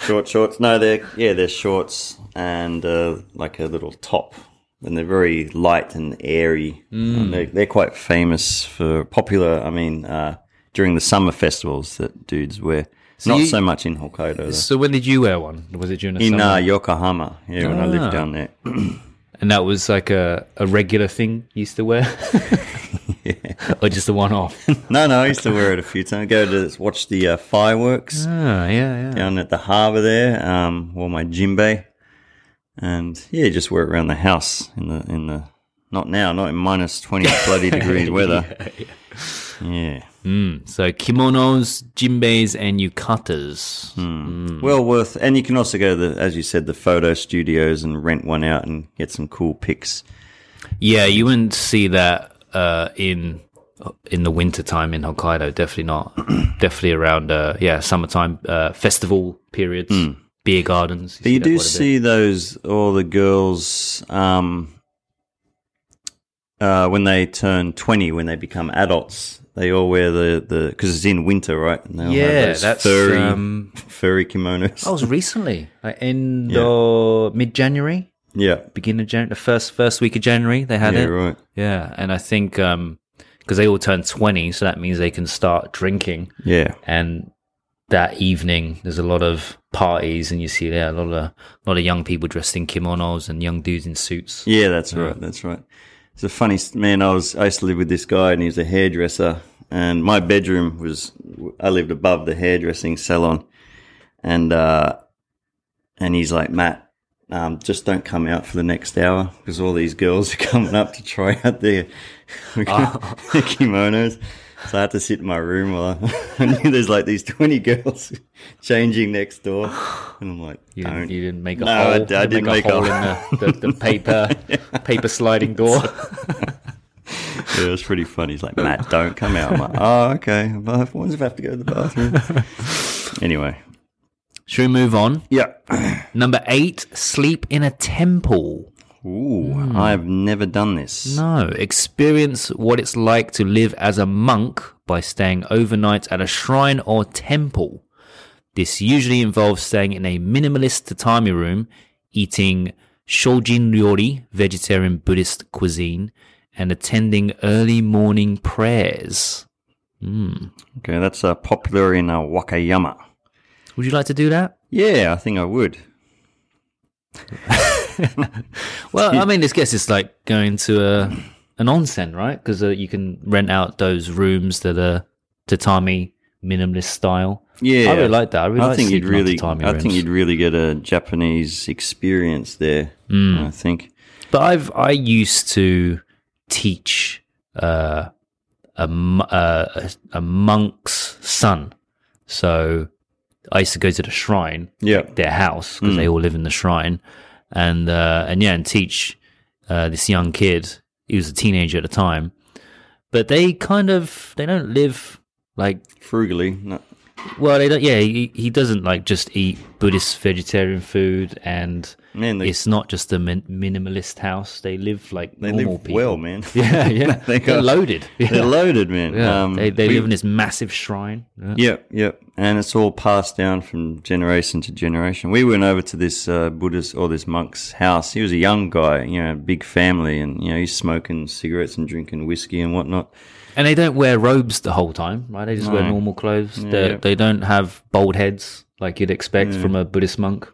[SPEAKER 4] short shorts. No, they're yeah they're shorts and uh, like a little top. And they're very light and airy. And they, they're quite famous for popular. I mean, uh, during the summer festivals that dudes wear. Not
[SPEAKER 3] you-
[SPEAKER 4] so much in Hokkaido. though.
[SPEAKER 3] so when did you wear one was it during the
[SPEAKER 4] in
[SPEAKER 3] summer
[SPEAKER 4] uh, Yokohama. Yeah, when I lived
[SPEAKER 3] Ah.
[SPEAKER 4] down there.
[SPEAKER 3] and that was like a, a regular thing you used to wear or just a one-off
[SPEAKER 4] No, no, I used to wear it a few times. Go to watch the uh, fireworks
[SPEAKER 3] ah, yeah yeah
[SPEAKER 4] down at the harbour there. Um, wore my jimbei, and yeah, just wear it around the house in the in the. Not now, not in minus twenty bloody degrees weather. Yeah.
[SPEAKER 3] so kimonos jimbeis and yukatas
[SPEAKER 4] Hmm.
[SPEAKER 3] Hmm.
[SPEAKER 4] well worth. And you can also go to the, as you said, the photo studios and rent one out and get some cool pics.
[SPEAKER 3] Yeah, you wouldn't see that uh, in in the wintertime in Hokkaido. Definitely not. definitely around uh, yeah summertime uh, festival periods. beer gardens.
[SPEAKER 4] Hmm. But you
[SPEAKER 3] that
[SPEAKER 4] do
[SPEAKER 3] quite a bit.
[SPEAKER 4] see those all the girls um, uh, when they turn twenty, when they become adults, they all wear the the because it's in winter, right? And they all have
[SPEAKER 3] Yeah,
[SPEAKER 4] those
[SPEAKER 3] that's,
[SPEAKER 4] furry
[SPEAKER 3] um,
[SPEAKER 4] furry kimonos.
[SPEAKER 3] That was recently, like in the mid January,
[SPEAKER 4] yeah,
[SPEAKER 3] beginning of January, the first first week of January, they had
[SPEAKER 4] yeah,
[SPEAKER 3] it.
[SPEAKER 4] right.
[SPEAKER 3] Yeah, and I think because they all turn twenty, so that means they can start drinking.
[SPEAKER 4] Yeah,
[SPEAKER 3] And that evening, there's a lot of parties, and you see there a lot of a lot of young people dressed in kimonos and young dudes in suits.
[SPEAKER 4] Yeah, that's right. That's right. It's a funny s- man. I was I used to live with this guy, and he was a hairdresser. And my bedroom was I lived above the hairdressing salon, and uh, and he's like Matt, um, just don't come out for the next hour because all these girls are coming up to try out their
[SPEAKER 3] Ah.
[SPEAKER 4] kimonos. So I had to sit in my room while I, I knew there's like these twenty girls changing next door, and I'm like,
[SPEAKER 3] You
[SPEAKER 4] don't.
[SPEAKER 3] didn't, you didn't make a
[SPEAKER 4] No,
[SPEAKER 3] hole.
[SPEAKER 4] I
[SPEAKER 3] you
[SPEAKER 4] d- I didn't make a
[SPEAKER 3] hole in the, the, the paper paper sliding door.
[SPEAKER 4] Yeah, it was pretty funny. He's like, Matt, don't come out. I'm like, oh, okay. What if I have to go to the bathroom? anyway.
[SPEAKER 3] Should we move on?
[SPEAKER 4] Yeah.
[SPEAKER 3] Number eight: sleep in a temple.
[SPEAKER 4] Ooh, I've never done this.
[SPEAKER 3] No, experience what it's like to live as a monk by staying overnight at a shrine or temple. This usually involves staying in a minimalist tatami room, eating shojin ryori, vegetarian Buddhist cuisine, and attending early morning prayers.
[SPEAKER 4] Okay, that's uh, popular in uh, Wakayama.
[SPEAKER 3] Would you like to do that?
[SPEAKER 4] Yeah, I think I would.
[SPEAKER 3] Well, I mean, this guess it's like going to a an onsen, right? Because uh, you can rent out those rooms that are tatami minimalist style.
[SPEAKER 4] Yeah,
[SPEAKER 3] I really like that. I really like
[SPEAKER 4] think you'd
[SPEAKER 3] sleeping on
[SPEAKER 4] really,
[SPEAKER 3] tatami
[SPEAKER 4] I
[SPEAKER 3] rooms.
[SPEAKER 4] think you'd really get a Japanese experience there.
[SPEAKER 3] Mm.
[SPEAKER 4] I think.
[SPEAKER 3] But I've I used to teach uh, a m- uh, a a monk's son, so I used to go to the shrine,
[SPEAKER 4] Yeah.
[SPEAKER 3] their house, because
[SPEAKER 4] Hmm.
[SPEAKER 3] they all live in the shrine, and uh, and yeah, and teach uh, this young kid. He was a teenager at the time, but they kind of they don't live like
[SPEAKER 4] Frugally. No.
[SPEAKER 3] well they don't yeah he, he doesn't like just eat Buddhist vegetarian food and.
[SPEAKER 4] Man, they,
[SPEAKER 3] It's not just a min- minimalist house. They live like
[SPEAKER 4] they
[SPEAKER 3] normal
[SPEAKER 4] live
[SPEAKER 3] people.
[SPEAKER 4] well, man.
[SPEAKER 3] Yeah, yeah.
[SPEAKER 4] They
[SPEAKER 3] they
[SPEAKER 4] got-
[SPEAKER 3] are loaded. Yeah.
[SPEAKER 4] They're loaded, man.
[SPEAKER 3] Yeah.
[SPEAKER 4] Um,
[SPEAKER 3] they they
[SPEAKER 4] we-
[SPEAKER 3] live in this massive shrine. Yeah.
[SPEAKER 4] Yep, yep. And it's all passed down from generation to generation. We went over to this uh, Buddhist or this monk's house. He was a young guy, you know, big family, and you know, he's smoking cigarettes and drinking whiskey and whatnot.
[SPEAKER 3] And they don't wear robes the whole time, right? They just wear normal clothes. They
[SPEAKER 4] yeah.
[SPEAKER 3] They don't have bald heads like you'd expect from a Buddhist monk.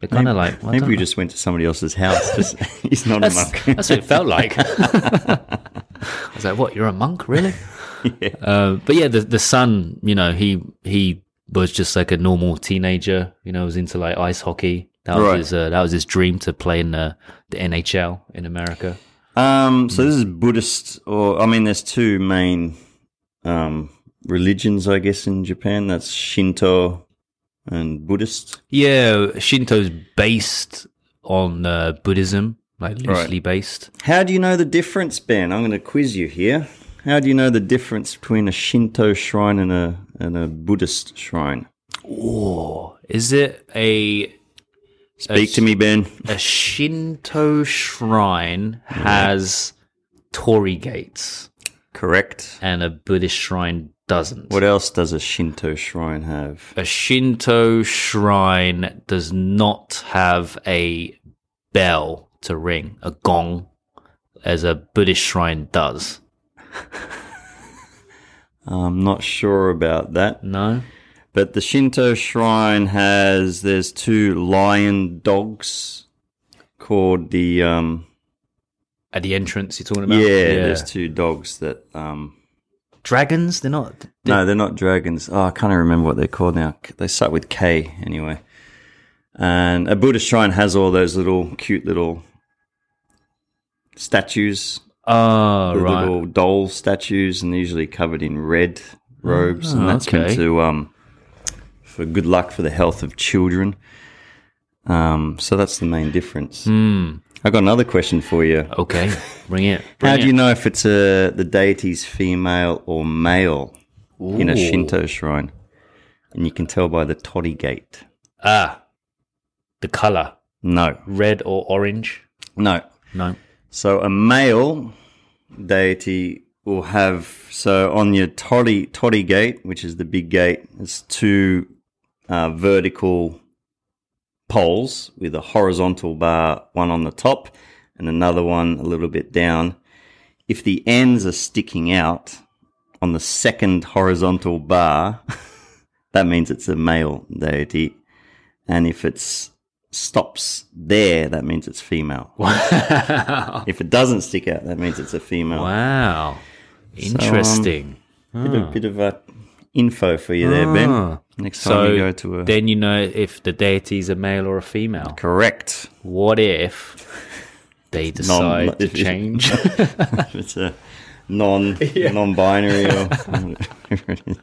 [SPEAKER 3] They're kind of like I
[SPEAKER 4] Maybe
[SPEAKER 3] don't
[SPEAKER 4] we
[SPEAKER 3] know.
[SPEAKER 4] just went to somebody else's house. Just, he's not a
[SPEAKER 3] That's,
[SPEAKER 4] monk.
[SPEAKER 3] that's what it felt like. I was like, "What? You're a monk, really?" Uh, but yeah, the the son, you know, he he was just like a normal teenager. You know, was into like ice hockey. That was
[SPEAKER 4] Right.
[SPEAKER 3] his uh, that was his dream to play in the, the NHL in America.
[SPEAKER 4] Um, so this is Buddhist, or I mean, there's two main um, religions, I guess, in Japan. That's Shinto and Buddhist.
[SPEAKER 3] Yeah, Shinto's based on uh, Buddhism, like loosely based.
[SPEAKER 4] How do you know the difference, Ben? I'm going to quiz you here. How do you know the difference between a Shinto shrine and a and a Buddhist shrine?
[SPEAKER 3] Or is it a
[SPEAKER 4] Speak to me, Ben.
[SPEAKER 3] a Shinto shrine has torii gates
[SPEAKER 4] Correct.
[SPEAKER 3] and a Buddhist shrine doesn't?
[SPEAKER 4] What else does a Shinto shrine have?
[SPEAKER 3] a Shinto shrine does not have a bell to ring, a gong, as a Buddhist shrine does.
[SPEAKER 4] I'm not sure about that.
[SPEAKER 3] No?
[SPEAKER 4] But the Shinto shrine has there's two lion dogs called the um
[SPEAKER 3] At the entrance, you're talking
[SPEAKER 4] yeah,
[SPEAKER 3] about?
[SPEAKER 4] there's two dogs that um
[SPEAKER 3] Dragons? They're not.
[SPEAKER 4] No, they're not dragons. Oh, I can't even remember what they're called now. They start with K anyway. And a Buddhist shrine has all those little cute little statues,
[SPEAKER 3] Oh,
[SPEAKER 4] the
[SPEAKER 3] right.
[SPEAKER 4] little doll statues, and they're usually covered in red robes.
[SPEAKER 3] Oh,
[SPEAKER 4] and that's meant
[SPEAKER 3] okay.
[SPEAKER 4] to um, for good luck for the health of children. Um, so that's the main difference.
[SPEAKER 3] Mm.
[SPEAKER 4] I got another question for you.
[SPEAKER 3] Hmm, Okay, bring it.
[SPEAKER 4] How
[SPEAKER 3] Bring
[SPEAKER 4] do you
[SPEAKER 3] it.
[SPEAKER 4] know if it's a the deity's female or male in a
[SPEAKER 3] Ooh.
[SPEAKER 4] Shinto shrine? And you can tell by the toddy gate.
[SPEAKER 3] Ah, The color,
[SPEAKER 4] No,
[SPEAKER 3] red or orange?
[SPEAKER 4] no.
[SPEAKER 3] No.
[SPEAKER 4] So a male deity will have so on your toddy toddy gate, which is the big gate, it's two uh, vertical poles with a horizontal bar, one on the top and another one a little bit down. If the ends are sticking out on the second horizontal bar, that means it's a male deity, and if it's stops there, that means it's female.
[SPEAKER 3] Wow.
[SPEAKER 4] If it doesn't stick out, that means it's a female. um,
[SPEAKER 3] Wow. Interesting.
[SPEAKER 4] Bit, of, bit of a info for you there, Ben.
[SPEAKER 3] Ah.
[SPEAKER 4] Next time
[SPEAKER 3] so
[SPEAKER 4] you go to a
[SPEAKER 3] then you know if the deity is a male or a female.
[SPEAKER 4] correct,
[SPEAKER 3] What if they decide
[SPEAKER 4] not-
[SPEAKER 3] to
[SPEAKER 4] if it-
[SPEAKER 3] change?
[SPEAKER 4] if it's a non non-binary or whatever it is.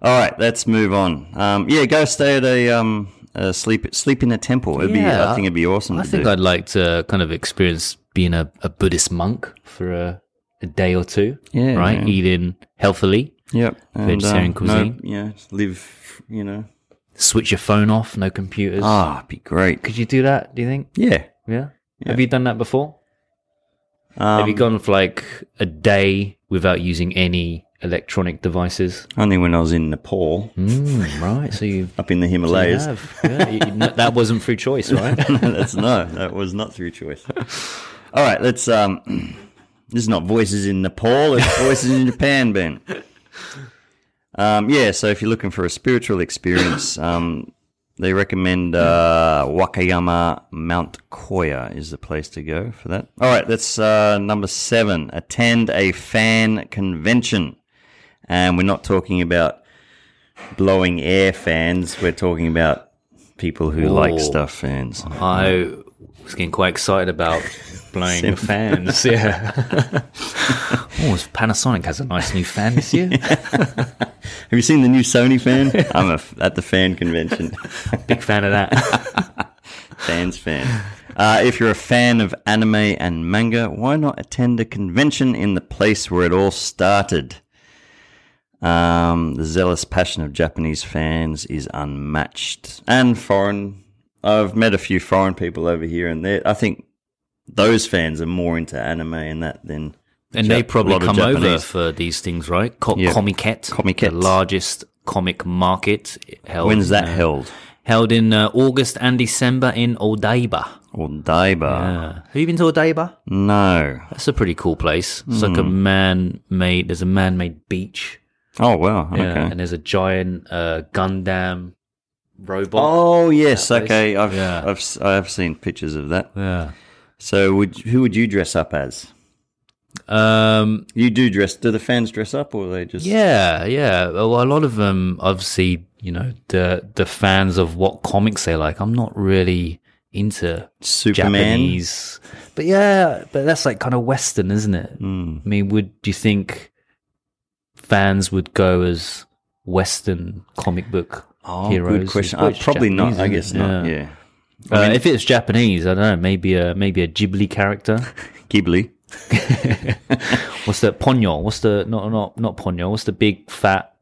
[SPEAKER 4] All right, let's move on. Um, yeah, go stay at a, um, a sleep sleep in a temple. It'd be,
[SPEAKER 3] Yeah,
[SPEAKER 4] I think it'd be awesome.
[SPEAKER 3] I
[SPEAKER 4] to
[SPEAKER 3] think
[SPEAKER 4] do.
[SPEAKER 3] I'd like to kind of experience being a, a Buddhist monk for a, a day or two.
[SPEAKER 4] Yeah,
[SPEAKER 3] Right?
[SPEAKER 4] man.
[SPEAKER 3] Eating healthily.
[SPEAKER 4] Yep, um,
[SPEAKER 3] Vegetarian
[SPEAKER 4] no,
[SPEAKER 3] cuisine.
[SPEAKER 4] yeah, live. You know,
[SPEAKER 3] Switch your phone off, no computers.
[SPEAKER 4] ah, it'd be great.
[SPEAKER 3] Could you do that, do you think?
[SPEAKER 4] Yeah.
[SPEAKER 3] Yeah. Have you done that before?
[SPEAKER 4] Um,
[SPEAKER 3] Have you gone for like a day without using any electronic devices?
[SPEAKER 4] Only when I was in Nepal,
[SPEAKER 3] Mm, right. So you
[SPEAKER 4] up in the Himalayas.
[SPEAKER 3] have. Yeah, you- you- that wasn't through choice, right?
[SPEAKER 4] That's no, that was not through choice. All right, let's. Um, this is not voices in Nepal. It's voices in Japan, Ben. Um, yeah, so if you're looking for a spiritual experience, um, they recommend uh, Wakayama Mount Koya is the place to go for that. All right, that's uh, number seven. Attend a fan convention, and we're not talking about blowing air fans. We're talking about people who like
[SPEAKER 3] Ooh.
[SPEAKER 4] stuff fans.
[SPEAKER 3] I was getting quite excited about blowing the fans. Yeah. oh, it's- Panasonic has a nice new fan this year.
[SPEAKER 4] Have you seen the new Sony fan? I'm a f- at the fan convention.
[SPEAKER 3] Big fan of that.
[SPEAKER 4] Fans fan. Uh, if you're a fan of anime and manga, why not attend a convention in the place where it all started? Um, the zealous passion of Japanese fans is unmatched, and foreign. I've met a few foreign people over here, and there. I think those fans are more into anime and that than
[SPEAKER 3] And
[SPEAKER 4] Jap-
[SPEAKER 3] they probably
[SPEAKER 4] lot of
[SPEAKER 3] come over
[SPEAKER 4] Japanese.
[SPEAKER 3] for these things, right? Co-
[SPEAKER 4] Yeah.
[SPEAKER 3] Comiket,
[SPEAKER 4] Comiket.
[SPEAKER 3] the largest comic market held uh,
[SPEAKER 4] When's that held?
[SPEAKER 3] held in uh, August and December in Odaiba.
[SPEAKER 4] Or Daiba?
[SPEAKER 3] Uh, have you been to Odaiba? Hmm.
[SPEAKER 4] No.
[SPEAKER 3] That's a pretty cool place. It's like a man-made. There's a man-made beach,
[SPEAKER 4] Oh wow.
[SPEAKER 3] uh,
[SPEAKER 4] Okay.
[SPEAKER 3] and there's a giant uh, Gundam robot.
[SPEAKER 4] Oh yes, okay. I've,
[SPEAKER 3] Yeah.
[SPEAKER 4] I've s- I've seen pictures of that.
[SPEAKER 3] Yeah.
[SPEAKER 4] So would who would you dress up as?
[SPEAKER 3] Um.
[SPEAKER 4] You do dress. Do the fans dress up, or they just?
[SPEAKER 3] Yeah. Yeah. Well, a lot of them, obviously, you know, the the fans of what comics they like. I'm not really into
[SPEAKER 4] Superman?
[SPEAKER 3] Japanese, but yeah, but that's like kind of Western, isn't it?
[SPEAKER 4] Hmm.
[SPEAKER 3] Mm. I mean, would do you think fans would go as Western comic book
[SPEAKER 4] Oh,
[SPEAKER 3] heroes?
[SPEAKER 4] good question.
[SPEAKER 3] Well,
[SPEAKER 4] Uh,
[SPEAKER 3] it's
[SPEAKER 4] probably
[SPEAKER 3] Japanese,
[SPEAKER 4] not. I
[SPEAKER 3] isn't it?
[SPEAKER 4] guess not. Yeah.
[SPEAKER 3] Uh, if it's Japanese, I don't know. Maybe a maybe a Ghibli character.
[SPEAKER 4] Ghibli.
[SPEAKER 3] What's the Ponyo? What's the not not not Ponyo? What's the big fat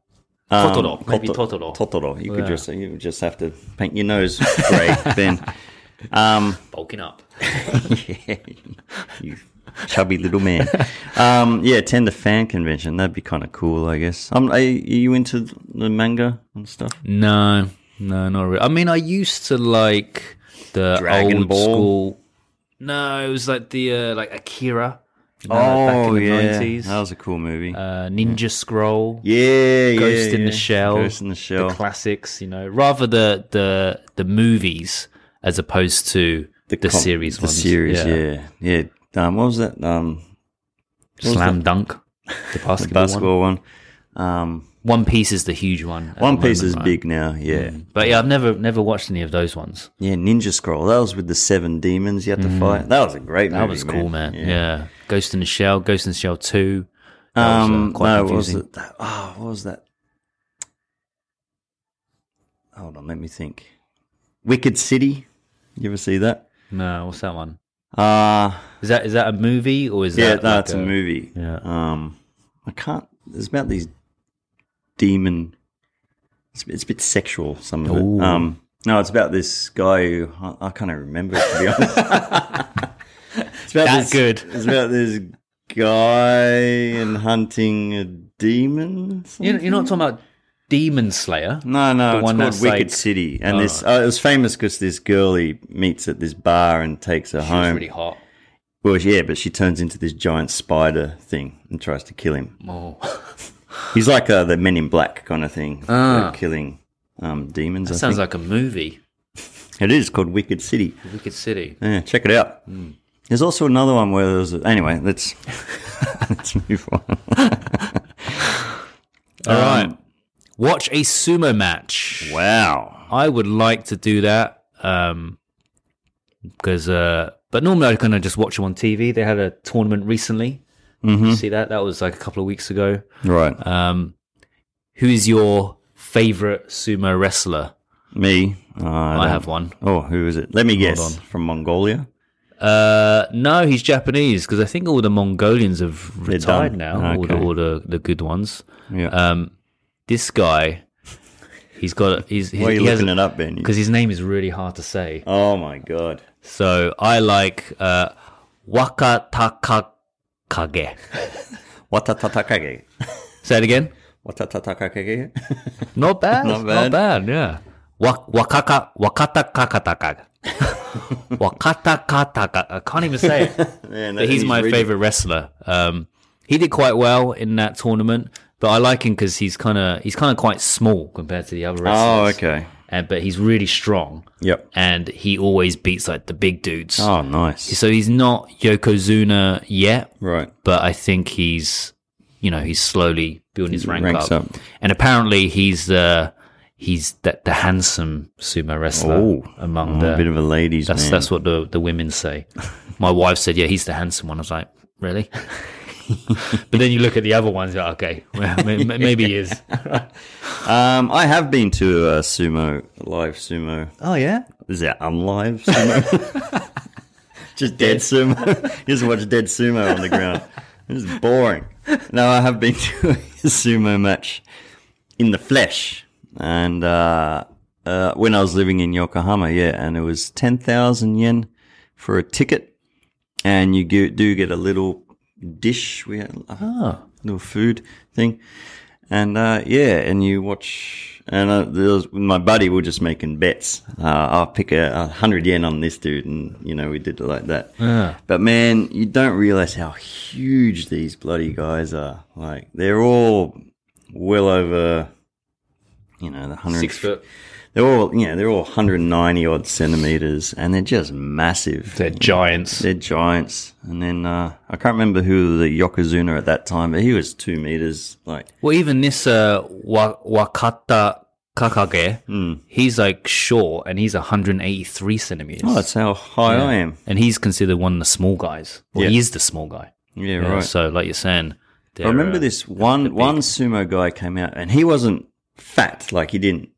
[SPEAKER 4] Um,
[SPEAKER 3] Totoro? maybe
[SPEAKER 4] Toto-
[SPEAKER 3] Totoro.
[SPEAKER 4] Totoro. You could just you would just have to paint your nose grey, Ben. Um,
[SPEAKER 3] Bulking up.
[SPEAKER 4] yeah, you chubby little man. Um, yeah, attend the fan convention. That'd be kind of cool, I guess. Um, are you into the manga and stuff?
[SPEAKER 3] No, no, not really. I mean, I used to like the
[SPEAKER 4] Dragon
[SPEAKER 3] old
[SPEAKER 4] Ball?
[SPEAKER 3] school. No, it was like the uh, like Akira. you know, back in the 90s.
[SPEAKER 4] Oh, that was a cool movie.
[SPEAKER 3] uh, Ninja Scroll.
[SPEAKER 4] yeah, yeah,
[SPEAKER 3] Ghost in
[SPEAKER 4] yeah.
[SPEAKER 3] the Shell,
[SPEAKER 4] Ghost in the Shell,
[SPEAKER 3] the classics, you know, rather the the the movies as opposed to the,
[SPEAKER 4] com-
[SPEAKER 3] series
[SPEAKER 4] the
[SPEAKER 3] ones.
[SPEAKER 4] series, yeah, yeah. Um, what was that? Um, was
[SPEAKER 3] Slam Dunk, the basketball, one.
[SPEAKER 4] basketball one. Um,
[SPEAKER 3] One Piece is the huge one. at
[SPEAKER 4] one
[SPEAKER 3] the
[SPEAKER 4] Piece
[SPEAKER 3] moment,
[SPEAKER 4] is
[SPEAKER 3] right?
[SPEAKER 4] big now. Yeah,
[SPEAKER 3] but yeah, I've never never watched any of those ones.
[SPEAKER 4] yeah. Ninja Scroll. That was with the seven demons you had to fight. That was a great.
[SPEAKER 3] Mm. That
[SPEAKER 4] movie,
[SPEAKER 3] was cool, man. Yeah. Ghost in the Shell, Ghost in the Shell Two. That was, uh,
[SPEAKER 4] Um,
[SPEAKER 3] quite
[SPEAKER 4] no, what was
[SPEAKER 3] confusing.
[SPEAKER 4] it? That, oh, what was that? Hold on, let me think. Wicked City. You ever see that?
[SPEAKER 3] No, what's that one?
[SPEAKER 4] Uh
[SPEAKER 3] Is that is that a movie or is that?
[SPEAKER 4] Yeah,
[SPEAKER 3] like uh,
[SPEAKER 4] that's a movie.
[SPEAKER 3] Yeah.
[SPEAKER 4] Um, I can't. It's about these demon. It's, it's a bit sexual. Some of
[SPEAKER 3] Ooh.
[SPEAKER 4] it. Um, No, it's about this guy who I, I can't even remember it, to be honest. it's about
[SPEAKER 3] That
[SPEAKER 4] this,
[SPEAKER 3] good.
[SPEAKER 4] It's about this guy and hunting a demon.
[SPEAKER 3] You know, you're not talking about Demon Slayer.
[SPEAKER 4] No, no,
[SPEAKER 3] The
[SPEAKER 4] it's
[SPEAKER 3] one
[SPEAKER 4] called
[SPEAKER 3] that's
[SPEAKER 4] Wicked
[SPEAKER 3] like- oh.
[SPEAKER 4] City, and this uh, it was famous because this girl he meets at this bar and takes her
[SPEAKER 3] She was
[SPEAKER 4] home.
[SPEAKER 3] really hot.
[SPEAKER 4] Well, yeah, but she turns into this giant spider thing and tries to kill him.
[SPEAKER 3] Oh,
[SPEAKER 4] He's like uh, the Men in Black kind of thing,
[SPEAKER 3] Ah.
[SPEAKER 4] like killing um, demons.
[SPEAKER 3] that
[SPEAKER 4] I
[SPEAKER 3] sounds like
[SPEAKER 4] think.
[SPEAKER 3] a movie.
[SPEAKER 4] it is called Wicked City.
[SPEAKER 3] The Wicked City.
[SPEAKER 4] Yeah, check it out.
[SPEAKER 3] Hmm.
[SPEAKER 4] There's also another one where there's a, anyway. Let's let's move on. Um,
[SPEAKER 3] All right, watch a sumo match.
[SPEAKER 4] Wow.
[SPEAKER 3] I would like to do that. Um, because uh, but normally I kind of just watch them on TV. They had a tournament recently.
[SPEAKER 4] Mm-hmm.
[SPEAKER 3] You see that? That was like a couple of weeks ago.
[SPEAKER 4] Right. Uh,
[SPEAKER 3] Um, who is your favorite sumo wrestler?
[SPEAKER 4] Me. Uh,
[SPEAKER 3] I
[SPEAKER 4] don't-
[SPEAKER 3] have one.
[SPEAKER 4] Oh, who is it? Let me guess.
[SPEAKER 3] on.
[SPEAKER 4] From Mongolia.
[SPEAKER 3] Uh, no, he's Japanese because I think all the Mongolians have retired
[SPEAKER 4] done.
[SPEAKER 3] now. All, the,
[SPEAKER 4] Okay.
[SPEAKER 3] all the, the good ones.
[SPEAKER 4] Yeah.
[SPEAKER 3] Um, this guy, he's got. a- He's, he's
[SPEAKER 4] Why are you
[SPEAKER 3] he
[SPEAKER 4] looking it up, Ben? You-
[SPEAKER 3] because his name is really hard to say.
[SPEAKER 4] Oh my god.
[SPEAKER 3] So I like uh, Wakatakage.
[SPEAKER 4] Watatatakage.
[SPEAKER 3] Say it again.
[SPEAKER 4] Watatatakage.
[SPEAKER 3] Not bad.
[SPEAKER 4] Not
[SPEAKER 3] not bad. Yeah. Wa- Wakaka Wakatakakataka. Wakatakataka. I can't even say it.
[SPEAKER 4] Man,
[SPEAKER 3] but
[SPEAKER 4] that-
[SPEAKER 3] he's my
[SPEAKER 4] really-
[SPEAKER 3] favorite wrestler. Um, he did quite well in that tournament, but I like him because he's kind of he's kind of quite small compared to the other
[SPEAKER 4] Oh,
[SPEAKER 3] wrestlers.
[SPEAKER 4] okay.
[SPEAKER 3] And but he's really strong.
[SPEAKER 4] Yep.
[SPEAKER 3] And he always beats like the big dudes.
[SPEAKER 4] Oh, nice.
[SPEAKER 3] So he's not Yokozuna yet,
[SPEAKER 4] Right.
[SPEAKER 3] but I think he's you know he's slowly building his rank
[SPEAKER 4] Ranks
[SPEAKER 3] up.
[SPEAKER 4] up.
[SPEAKER 3] and apparently he's the he's the, the handsome sumo wrestler
[SPEAKER 4] Oh,
[SPEAKER 3] among
[SPEAKER 4] I'm
[SPEAKER 3] the
[SPEAKER 4] a bit of a ladies'
[SPEAKER 3] that's
[SPEAKER 4] man.
[SPEAKER 3] that's what the the women say. My wife said, "Yeah, he's the handsome one." I was like, "Really?" but then you look at the other ones, you're like, okay, well, may- may- maybe he is.
[SPEAKER 4] Um, I have been to a sumo live sumo.
[SPEAKER 3] Oh yeah,
[SPEAKER 4] Is that unlive sumo? Just dead sumo. Just watch dead sumo on the ground. This is boring. No, I have been to a sumo match in the flesh, and uh, uh, when I was living in Yokohama, yeah, and it was ten thousand yen for a ticket, and you ge- do get a little dish. We had a
[SPEAKER 3] Ah.
[SPEAKER 4] little food thing. And uh, yeah, and you watch, and uh, there was, my buddy, we were just making bets. Uh, I'll pick a, a hundred yen on this dude, and you know we did it like that. But man, you don't realize how huge these bloody guys are. Like they're all well over, you know, the hundred
[SPEAKER 3] six foot.
[SPEAKER 4] They're all, you know, they're all hundred ninety odd centimeters, and they're just massive.
[SPEAKER 3] They're giants.
[SPEAKER 4] They're giants. And then uh, I can't remember who the Yokozuna at that time, but he was two meters. Like,
[SPEAKER 3] Well, even this uh, Wa- Wakata Kakage,
[SPEAKER 4] Hmm.
[SPEAKER 3] he's like short, and he's 183 centimeters.
[SPEAKER 4] oh, that's how high I am.
[SPEAKER 3] and he's considered one of the small guys. Well,
[SPEAKER 4] Yeah.
[SPEAKER 3] he is the small guy.
[SPEAKER 4] Yeah,
[SPEAKER 3] Yeah,
[SPEAKER 4] right.
[SPEAKER 3] So, like you're saying,
[SPEAKER 4] I remember
[SPEAKER 3] they're, uh,
[SPEAKER 4] this one one sumo guy came out, and he wasn't fat. Like he didn't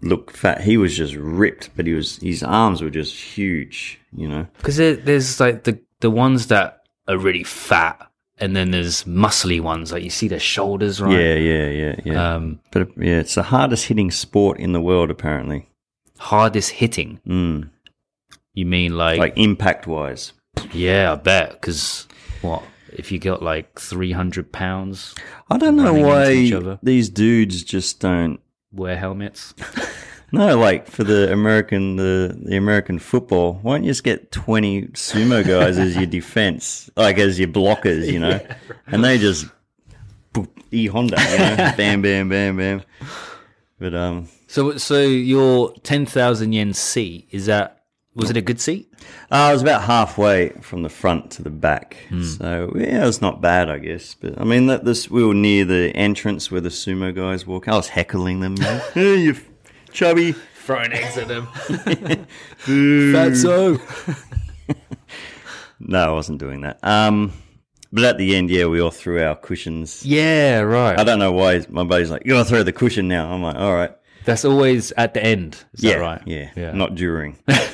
[SPEAKER 4] look fat. He was just ripped, but he was his arms were just huge. You know.
[SPEAKER 3] because there, there's like the the ones that are really fat, and then there's muscly ones. Like you see their shoulders, right?
[SPEAKER 4] Yeah, yeah, yeah, yeah.
[SPEAKER 3] Um,
[SPEAKER 4] but yeah, it's the hardest hitting sport in the world, apparently.
[SPEAKER 3] hardest hitting.
[SPEAKER 4] Mm.
[SPEAKER 3] You mean like,
[SPEAKER 4] Like impact wise.
[SPEAKER 3] yeah, I bet. Because what if you got like 300 pounds?
[SPEAKER 4] I don't know
[SPEAKER 3] Running into each
[SPEAKER 4] why
[SPEAKER 3] other.
[SPEAKER 4] these dudes just don't
[SPEAKER 3] Wear helmets.
[SPEAKER 4] No, like for the American the, the American football, why don't you just get twenty sumo guys as your defense, like as your blockers, you know? And they just boop, e Honda, you know, bam, bam, bam, bam. But um,
[SPEAKER 3] So, so your 10,000 yen seat is that? Was it a good seat?
[SPEAKER 4] uh, I was about halfway from the front to the back, so yeah, it's not bad, I guess. But I mean, that this we were near the entrance where the sumo guys walk. I was heckling them, you know, hey, you f- chubby.
[SPEAKER 3] Throwing eggs at them. That's so.
[SPEAKER 4] No, I wasn't doing that. Um, but at the end, yeah, we all threw our cushions.
[SPEAKER 3] Yeah, right.
[SPEAKER 4] I don't know why my buddy's like, you gotta throw the cushion now. I'm like, all right.
[SPEAKER 3] That's always at the end. Is
[SPEAKER 4] yeah,
[SPEAKER 3] that right?
[SPEAKER 4] Yeah,
[SPEAKER 3] yeah.
[SPEAKER 4] Not during.
[SPEAKER 3] but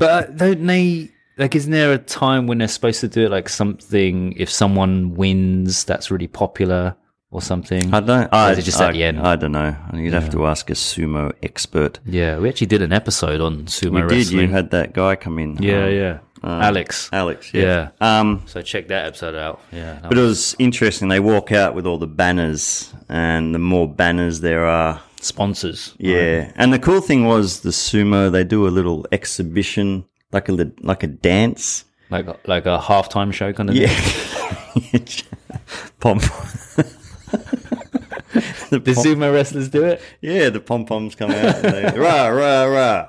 [SPEAKER 3] uh, don't they? Like, isn't there a time when they're supposed to do it? Like something, if someone wins, that's really popular. or something?
[SPEAKER 4] I don't.
[SPEAKER 3] Or
[SPEAKER 4] I,
[SPEAKER 3] is it just
[SPEAKER 4] I,
[SPEAKER 3] at the end?
[SPEAKER 4] I don't know. You'd have to ask a sumo expert.
[SPEAKER 3] yeah, we actually did an episode on sumo
[SPEAKER 4] We did.
[SPEAKER 3] wrestling.
[SPEAKER 4] You had that guy come in.
[SPEAKER 3] yeah,
[SPEAKER 4] um,
[SPEAKER 3] yeah. Alex.
[SPEAKER 4] Alex.
[SPEAKER 3] Yeah.
[SPEAKER 4] Yeah. Um,
[SPEAKER 3] So check that episode out. Yeah.
[SPEAKER 4] but it was interesting. They walk out with all the banners, and the more banners there are,
[SPEAKER 3] Sponsors.
[SPEAKER 4] yeah. And the cool thing was the sumo. They do a little exhibition, like a lit- like a dance.
[SPEAKER 3] Like like a halftime show kind of thing.
[SPEAKER 4] Yeah. Pom. the
[SPEAKER 3] The
[SPEAKER 4] pom-
[SPEAKER 3] sumo wrestlers do it?
[SPEAKER 4] yeah, the pom poms come out. And they, rah rah rah.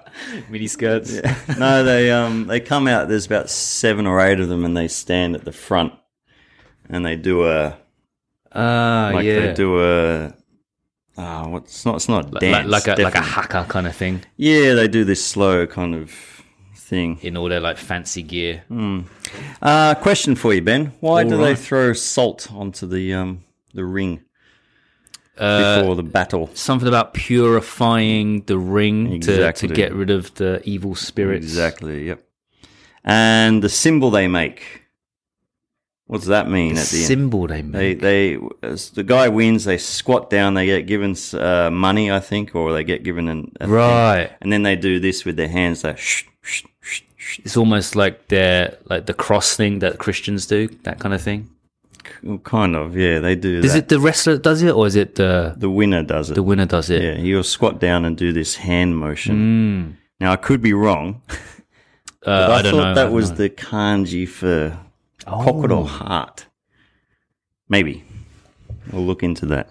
[SPEAKER 3] Mini skirts.
[SPEAKER 4] no, they um they come out. There's about seven or eight of them, and they stand at the front, and they do a
[SPEAKER 3] Ah,
[SPEAKER 4] like
[SPEAKER 3] yeah.
[SPEAKER 4] they do a ah what's it's not it's not a
[SPEAKER 3] like,
[SPEAKER 4] dance
[SPEAKER 3] like a like a
[SPEAKER 4] definitely.
[SPEAKER 3] hacker kind of thing
[SPEAKER 4] yeah they do this slow kind of thing.
[SPEAKER 3] in all their like fancy gear.
[SPEAKER 4] Uh question for you, Ben. Why do they
[SPEAKER 3] Alright.
[SPEAKER 4] throw salt onto the um the ring
[SPEAKER 3] Uh,
[SPEAKER 4] before the battle?
[SPEAKER 3] something about purifying the ring to,
[SPEAKER 4] Exactly.
[SPEAKER 3] to get rid of the evil spirits.
[SPEAKER 4] Exactly. Yep. And the symbol they make. What does that mean at the end?
[SPEAKER 3] symbol they
[SPEAKER 4] They
[SPEAKER 3] make.
[SPEAKER 4] they as the guy wins. They squat down. They get given uh, money, I think, or they get given an a thing.
[SPEAKER 3] right.
[SPEAKER 4] And then they do this with their hands. They shh, shh, shh, shh.
[SPEAKER 3] It's almost like their like the cross thing that Christians do, that kind of thing.
[SPEAKER 4] kind of yeah. They do.
[SPEAKER 3] Is
[SPEAKER 4] that.
[SPEAKER 3] it the wrestler that does it or is it the
[SPEAKER 4] the winner does it?
[SPEAKER 3] the winner does it?
[SPEAKER 4] yeah, he'll squat down and do this hand motion. Now I could be wrong,
[SPEAKER 3] Hmm. Uh,
[SPEAKER 4] but
[SPEAKER 3] I,
[SPEAKER 4] I,
[SPEAKER 3] don't
[SPEAKER 4] thought
[SPEAKER 3] know. I
[SPEAKER 4] that
[SPEAKER 3] don't
[SPEAKER 4] was
[SPEAKER 3] know. Oh.
[SPEAKER 4] the kanji for crocodile heart. Maybe we'll look into that.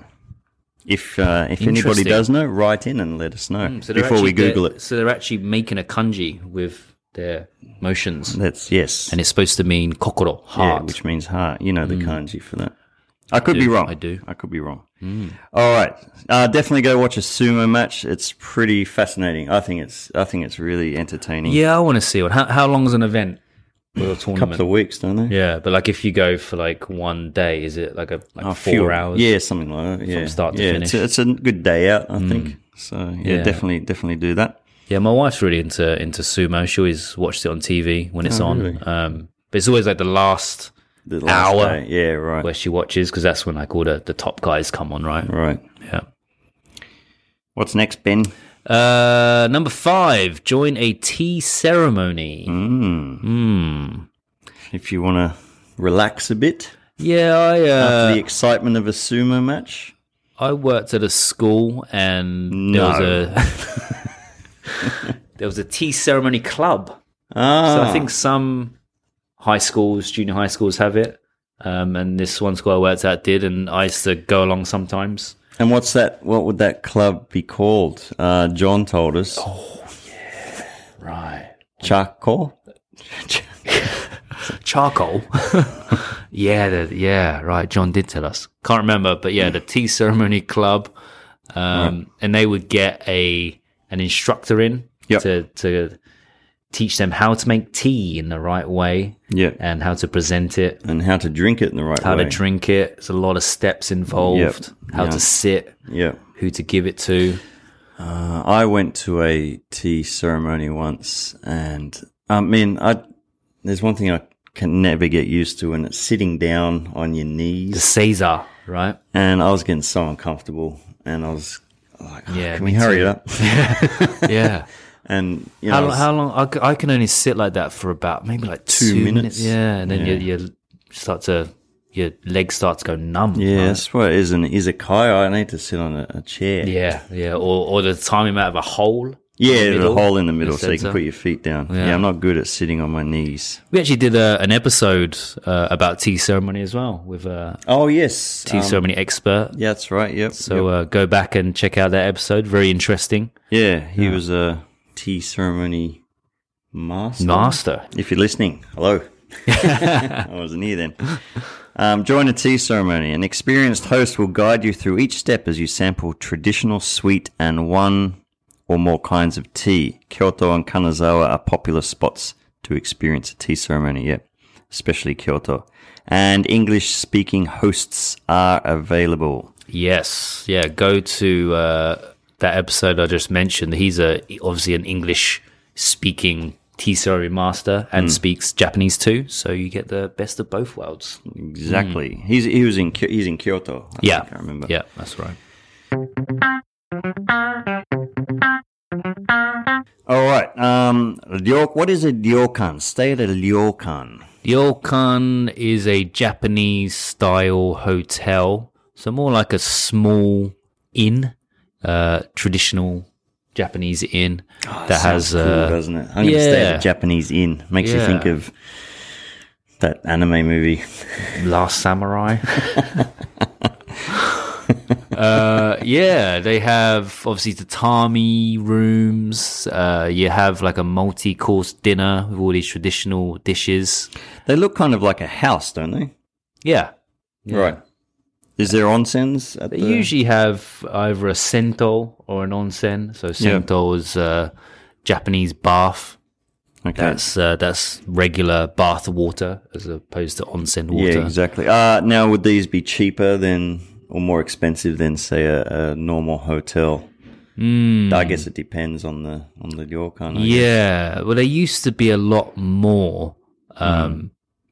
[SPEAKER 4] If uh, if anybody
[SPEAKER 3] Interesting. Hmm,
[SPEAKER 4] does know, write in and let us know
[SPEAKER 3] So they're
[SPEAKER 4] before we
[SPEAKER 3] actually-
[SPEAKER 4] Google
[SPEAKER 3] they're-
[SPEAKER 4] it.
[SPEAKER 3] So they're actually making a kanji with their motions.
[SPEAKER 4] That's yes.
[SPEAKER 3] And it's supposed to mean kokoro, heart. Hmm.
[SPEAKER 4] Yeah, which means heart. You know the kanji for that. I could be wrong.
[SPEAKER 3] I do. Hmm.
[SPEAKER 4] I could be wrong. All right. Uh, definitely go watch a sumo match. It's pretty fascinating. I think it's. I think it's really entertaining.
[SPEAKER 3] yeah, I want to see one. How, how long is an event or a tournament?
[SPEAKER 4] couple of weeks, don't they?
[SPEAKER 3] Yeah, but like if you go for like one day, is it like a like
[SPEAKER 4] A
[SPEAKER 3] four
[SPEAKER 4] few-
[SPEAKER 3] hours?
[SPEAKER 4] Yeah, something like that. Yeah.
[SPEAKER 3] start to
[SPEAKER 4] yeah,
[SPEAKER 3] finish. Mm.
[SPEAKER 4] It's a, it's a good day out, I think. So yeah,
[SPEAKER 3] Yeah.
[SPEAKER 4] definitely, definitely do that.
[SPEAKER 3] yeah. My wife's really into into sumo. She always watched it on TV when
[SPEAKER 4] Oh,
[SPEAKER 3] it's on. Um, but it's always like the last
[SPEAKER 4] The last
[SPEAKER 3] Hour.
[SPEAKER 4] day. Yeah. Right.
[SPEAKER 3] where she watches because that's when like all the, the top guys come on, right?
[SPEAKER 4] Right.
[SPEAKER 3] Yeah.
[SPEAKER 4] What's next, Ben?
[SPEAKER 3] Uh, number five, join a tea ceremony.
[SPEAKER 4] Mm. If you want to relax a bit
[SPEAKER 3] Yeah, I uh,
[SPEAKER 4] after the excitement of a sumo match.
[SPEAKER 3] I worked at a school and there was
[SPEAKER 4] No.
[SPEAKER 3] a there was a tea ceremony club.
[SPEAKER 4] Ah,
[SPEAKER 3] So I think some high schools, junior high schools have it. Um, and this one school I worked at did, and I used to go along sometimes.
[SPEAKER 4] And what's that? What would that club be called? Uh, John told us.
[SPEAKER 3] Oh. Right.
[SPEAKER 4] Charcoal.
[SPEAKER 3] Charcoal. yeah, the, yeah, right. John did tell us. Can't remember, but yeah, the tea ceremony club. Um, And they would get a an instructor in
[SPEAKER 4] Yep.
[SPEAKER 3] to, to teach them how to make tea in the right way
[SPEAKER 4] Yeah.
[SPEAKER 3] and how to present it,
[SPEAKER 4] And how to drink it in the right
[SPEAKER 3] Uh, how
[SPEAKER 4] way.
[SPEAKER 3] to drink it. There's a lot of steps involved, how
[SPEAKER 4] Yeah.
[SPEAKER 3] to sit,
[SPEAKER 4] Yeah.
[SPEAKER 3] who to give it to.
[SPEAKER 4] Uh, I went to a tea ceremony once, and I mean, I there's one thing I can never get used to, and it's sitting down on your
[SPEAKER 3] the
[SPEAKER 4] knees.
[SPEAKER 3] Caesar, right?
[SPEAKER 4] And I was getting so uncomfortable, and I was like, oh,
[SPEAKER 3] Yeah,
[SPEAKER 4] "Can we
[SPEAKER 3] me
[SPEAKER 4] hurry it up?"
[SPEAKER 3] Yeah.
[SPEAKER 4] and you know, I
[SPEAKER 3] how,
[SPEAKER 4] was-
[SPEAKER 3] how long? I, c- I can only sit like that for about maybe like two,
[SPEAKER 4] minutes.
[SPEAKER 3] Yeah, and then You, you start to your legs start to go numb.
[SPEAKER 4] yeah,
[SPEAKER 3] right?
[SPEAKER 4] that's what it is. An izakaya. I need to sit on a, a chair.
[SPEAKER 3] Yeah, yeah. Or or the timing out of a hole.
[SPEAKER 4] Yeah,
[SPEAKER 3] the
[SPEAKER 4] the,
[SPEAKER 3] middle,
[SPEAKER 4] hole in the middle,
[SPEAKER 3] the
[SPEAKER 4] so you
[SPEAKER 3] center.
[SPEAKER 4] can put your feet down. Yeah. I'm not good at sitting on my knees.
[SPEAKER 3] We actually did a, an episode uh, about tea ceremony as well with a
[SPEAKER 4] Oh yes,
[SPEAKER 3] tea ceremony expert.
[SPEAKER 4] yeah, that's right. Yep.
[SPEAKER 3] So uh, go back and check out that episode. Very interesting.
[SPEAKER 4] yeah, he was a tea ceremony master.
[SPEAKER 3] Master.
[SPEAKER 4] If you're listening, hello. I wasn't here then. Um, join a tea ceremony. An experienced host will guide you through each step as you sample traditional sweet and one or more kinds of tea. Kyoto and Kanazawa are popular spots to experience a tea ceremony, yep, especially Kyoto. And English speaking hosts are available.
[SPEAKER 3] Yes, yeah. Go to uh, that episode I just mentioned. He's a obviously an English speaking Tisa Remaster and
[SPEAKER 4] Hmm.
[SPEAKER 3] speaks Japanese too. So you get the best of both worlds.
[SPEAKER 4] Exactly. He's he was in Ky- he's in Kyoto.
[SPEAKER 3] Hmm.
[SPEAKER 4] I
[SPEAKER 3] yeah.
[SPEAKER 4] think I remember.
[SPEAKER 3] Yeah, that's right.
[SPEAKER 4] All right. Um, ryokan. What is a ryokan? Stay at a ryokan.
[SPEAKER 3] Ryokan is a Japanese style hotel, so more like a small inn, uh, traditional Japanese inn that has
[SPEAKER 4] Oh, cool,
[SPEAKER 3] uh,
[SPEAKER 4] doesn't it? I'm gonna stay at
[SPEAKER 3] yeah.
[SPEAKER 4] a Japanese inn. Makes you
[SPEAKER 3] Yeah.
[SPEAKER 4] think of that anime movie.
[SPEAKER 3] Last Samurai. uh, yeah, they have obviously tatami rooms. Uh, you have like a multi-course dinner with all these traditional dishes.
[SPEAKER 4] They look kind of like a house, don't they?
[SPEAKER 3] Yeah, Yeah.
[SPEAKER 4] Right. Is there onsens? At
[SPEAKER 3] They
[SPEAKER 4] the-
[SPEAKER 3] usually have either a sento or an onsen. So sento is uh, Japanese bath.
[SPEAKER 4] okay.
[SPEAKER 3] That's uh, that's regular bath water as opposed to onsen water.
[SPEAKER 4] yeah, exactly. Uh, now, would these be cheaper than or more expensive than, say, a, a normal hotel? Mm. I guess it depends on the on the ryokan. I guess.
[SPEAKER 3] Hmm. Yeah, well, there used to be a lot more um,
[SPEAKER 4] Mm.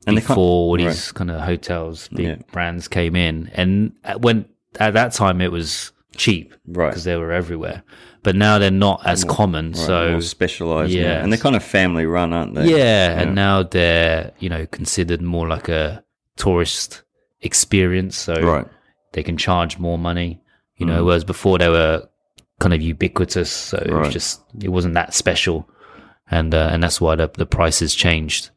[SPEAKER 4] And they can't-
[SPEAKER 3] before all these kind of hotels, big
[SPEAKER 4] Yeah.
[SPEAKER 3] brands came in, and at- when at that time it was cheap,
[SPEAKER 4] Right.
[SPEAKER 3] Because they were everywhere, but now they're not as common.
[SPEAKER 4] Right,
[SPEAKER 3] so
[SPEAKER 4] more specialized.
[SPEAKER 3] yes.
[SPEAKER 4] and they're kind of family run, aren't they?
[SPEAKER 3] yeah, and now they're you know considered more like a tourist experience. So
[SPEAKER 4] Right.
[SPEAKER 3] they can charge more money, you know, whereas before they were kind of ubiquitous, so it
[SPEAKER 4] Right.
[SPEAKER 3] was just it wasn't that special, and uh, and that's why the the prices changed.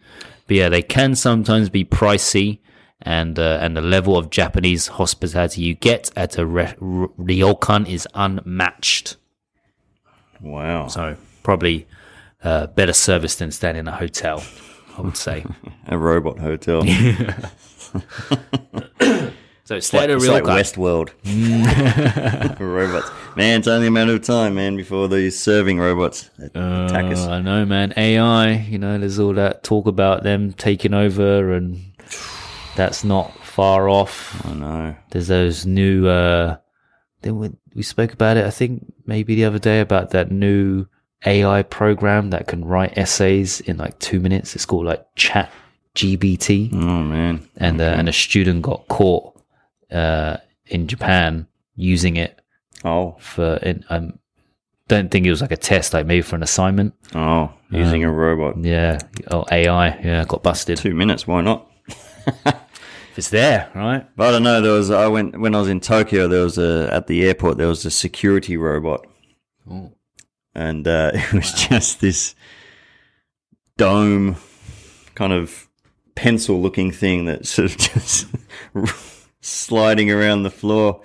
[SPEAKER 3] But yeah, they can sometimes be pricey, and uh, and the level of Japanese hospitality you get at a re- r- ryokan is unmatched.
[SPEAKER 4] Wow.
[SPEAKER 3] So probably uh, better service than staying in a hotel, I would say.
[SPEAKER 4] a robot hotel.
[SPEAKER 3] so stay at a
[SPEAKER 4] it's like
[SPEAKER 3] ryokan.
[SPEAKER 4] Westworld. robots. Man, it's only a matter of time, man, before these serving robots attack
[SPEAKER 3] Uh,
[SPEAKER 4] us.
[SPEAKER 3] I know, man. AI, you know, there's all that talk about them taking over, and that's not far off.
[SPEAKER 4] I know.
[SPEAKER 3] There's those new. Uh, then we, we spoke about it. I think maybe the other day about that new AI program that can write essays in like two minutes. It's called like Chat GBT
[SPEAKER 4] Oh, man.
[SPEAKER 3] and uh, and a student got caught uh, in Japan using it
[SPEAKER 4] Oh,
[SPEAKER 3] for. And I don't think it was like a test, like maybe for an assignment.
[SPEAKER 4] oh, using a robot.
[SPEAKER 3] Yeah. Oh, AI. Yeah, got busted.
[SPEAKER 4] Two minutes, why not?
[SPEAKER 3] If it's there, right?
[SPEAKER 4] But I don't know. There was I went when I was in Tokyo. There was a at the airport. There was a security robot, and uh, it was just this dome kind of pencil-looking thing that sort of just sliding around the floor,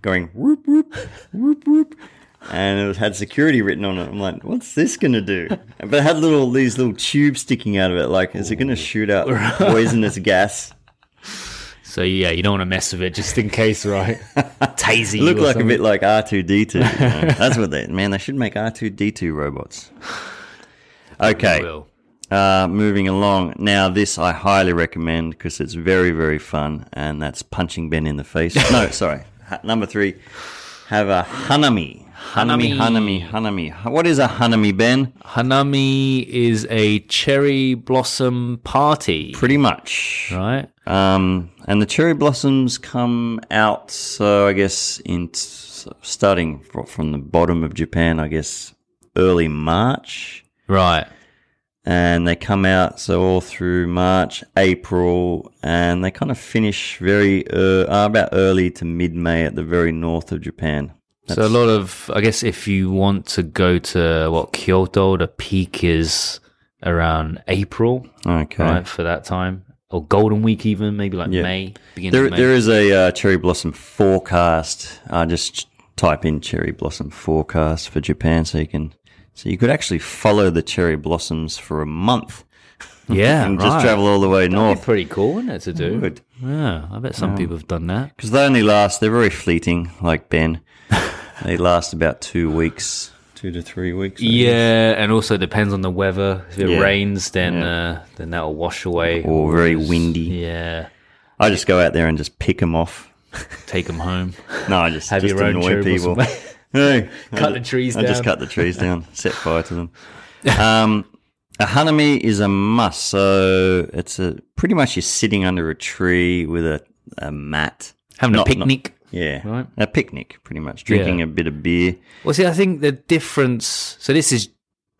[SPEAKER 4] going whoop whoop whoop whoop. And it had security written on it. I'm like, what's this gonna do? But it had little these little tubes sticking out of it. Like, is it gonna shoot out poisonous gas?
[SPEAKER 3] So yeah, you don't want to mess with it just in case, right? Tasing.
[SPEAKER 4] It looked like a bit like R two D two. That's what they man. They should make R two D two robots. Okay, uh, moving along. Now this I highly recommend because it's very very fun, and that's punching Ben in the face. no, sorry. Ha- number three, have a hanami. Hanami, hanami, hanami. Ha- What is a hanami, Ben?
[SPEAKER 3] Hanami is a cherry blossom party,
[SPEAKER 4] Pretty much.
[SPEAKER 3] right?
[SPEAKER 4] Um, and the cherry blossoms come out, so I guess in t- starting fro- from the bottom of Japan, I guess early March,
[SPEAKER 3] Right.
[SPEAKER 4] and they come out so all through March, April, and they kind of finish very uh, uh, about early to mid May at the very north of Japan.
[SPEAKER 3] so a lot of, I guess, if you want to go to what Kyoto, the peak is around April,
[SPEAKER 4] Okay.
[SPEAKER 3] right? For that time, or Golden Week, even maybe like
[SPEAKER 4] Yeah.
[SPEAKER 3] May, beginning
[SPEAKER 4] There,
[SPEAKER 3] of May.
[SPEAKER 4] there is a uh, cherry blossom forecast. Uh, just type in cherry blossom forecast for Japan, so you can. So you could actually follow the cherry blossoms for a month
[SPEAKER 3] yeah,
[SPEAKER 4] and
[SPEAKER 3] right.
[SPEAKER 4] just travel all the way
[SPEAKER 3] That'd be
[SPEAKER 4] north.
[SPEAKER 3] pretty cool, wouldn't it, to do?
[SPEAKER 4] Would.
[SPEAKER 3] Yeah, I bet some people have done that.
[SPEAKER 4] Because they only last. They're very fleeting, like Ben. they last about two weeks, two to three weeks. I guess.
[SPEAKER 3] Yeah, and also depends on the weather. If it
[SPEAKER 4] Yeah.
[SPEAKER 3] rains, then uh, then that'll wash away.
[SPEAKER 4] Or very windy.
[SPEAKER 3] Yeah,
[SPEAKER 4] I just go out there and just pick them off.
[SPEAKER 3] take them home.
[SPEAKER 4] No, I just,
[SPEAKER 3] Have
[SPEAKER 4] just
[SPEAKER 3] your own
[SPEAKER 4] annoy
[SPEAKER 3] cherry
[SPEAKER 4] people.
[SPEAKER 3] blossom.
[SPEAKER 4] Hey,
[SPEAKER 3] Cut
[SPEAKER 4] I-
[SPEAKER 3] the trees
[SPEAKER 4] I just
[SPEAKER 3] down.
[SPEAKER 4] cut the trees down, set fire to them. Um, A hanami is a must. So it's a pretty much you're sitting under a tree with a, a mat.
[SPEAKER 3] Having
[SPEAKER 4] Not-
[SPEAKER 3] a
[SPEAKER 4] not-
[SPEAKER 3] picnic.
[SPEAKER 4] yeah.
[SPEAKER 3] Right.
[SPEAKER 4] A picnic, pretty much. Drinking
[SPEAKER 3] Yeah.
[SPEAKER 4] a bit of beer.
[SPEAKER 3] Well, see, I think the difference. So this is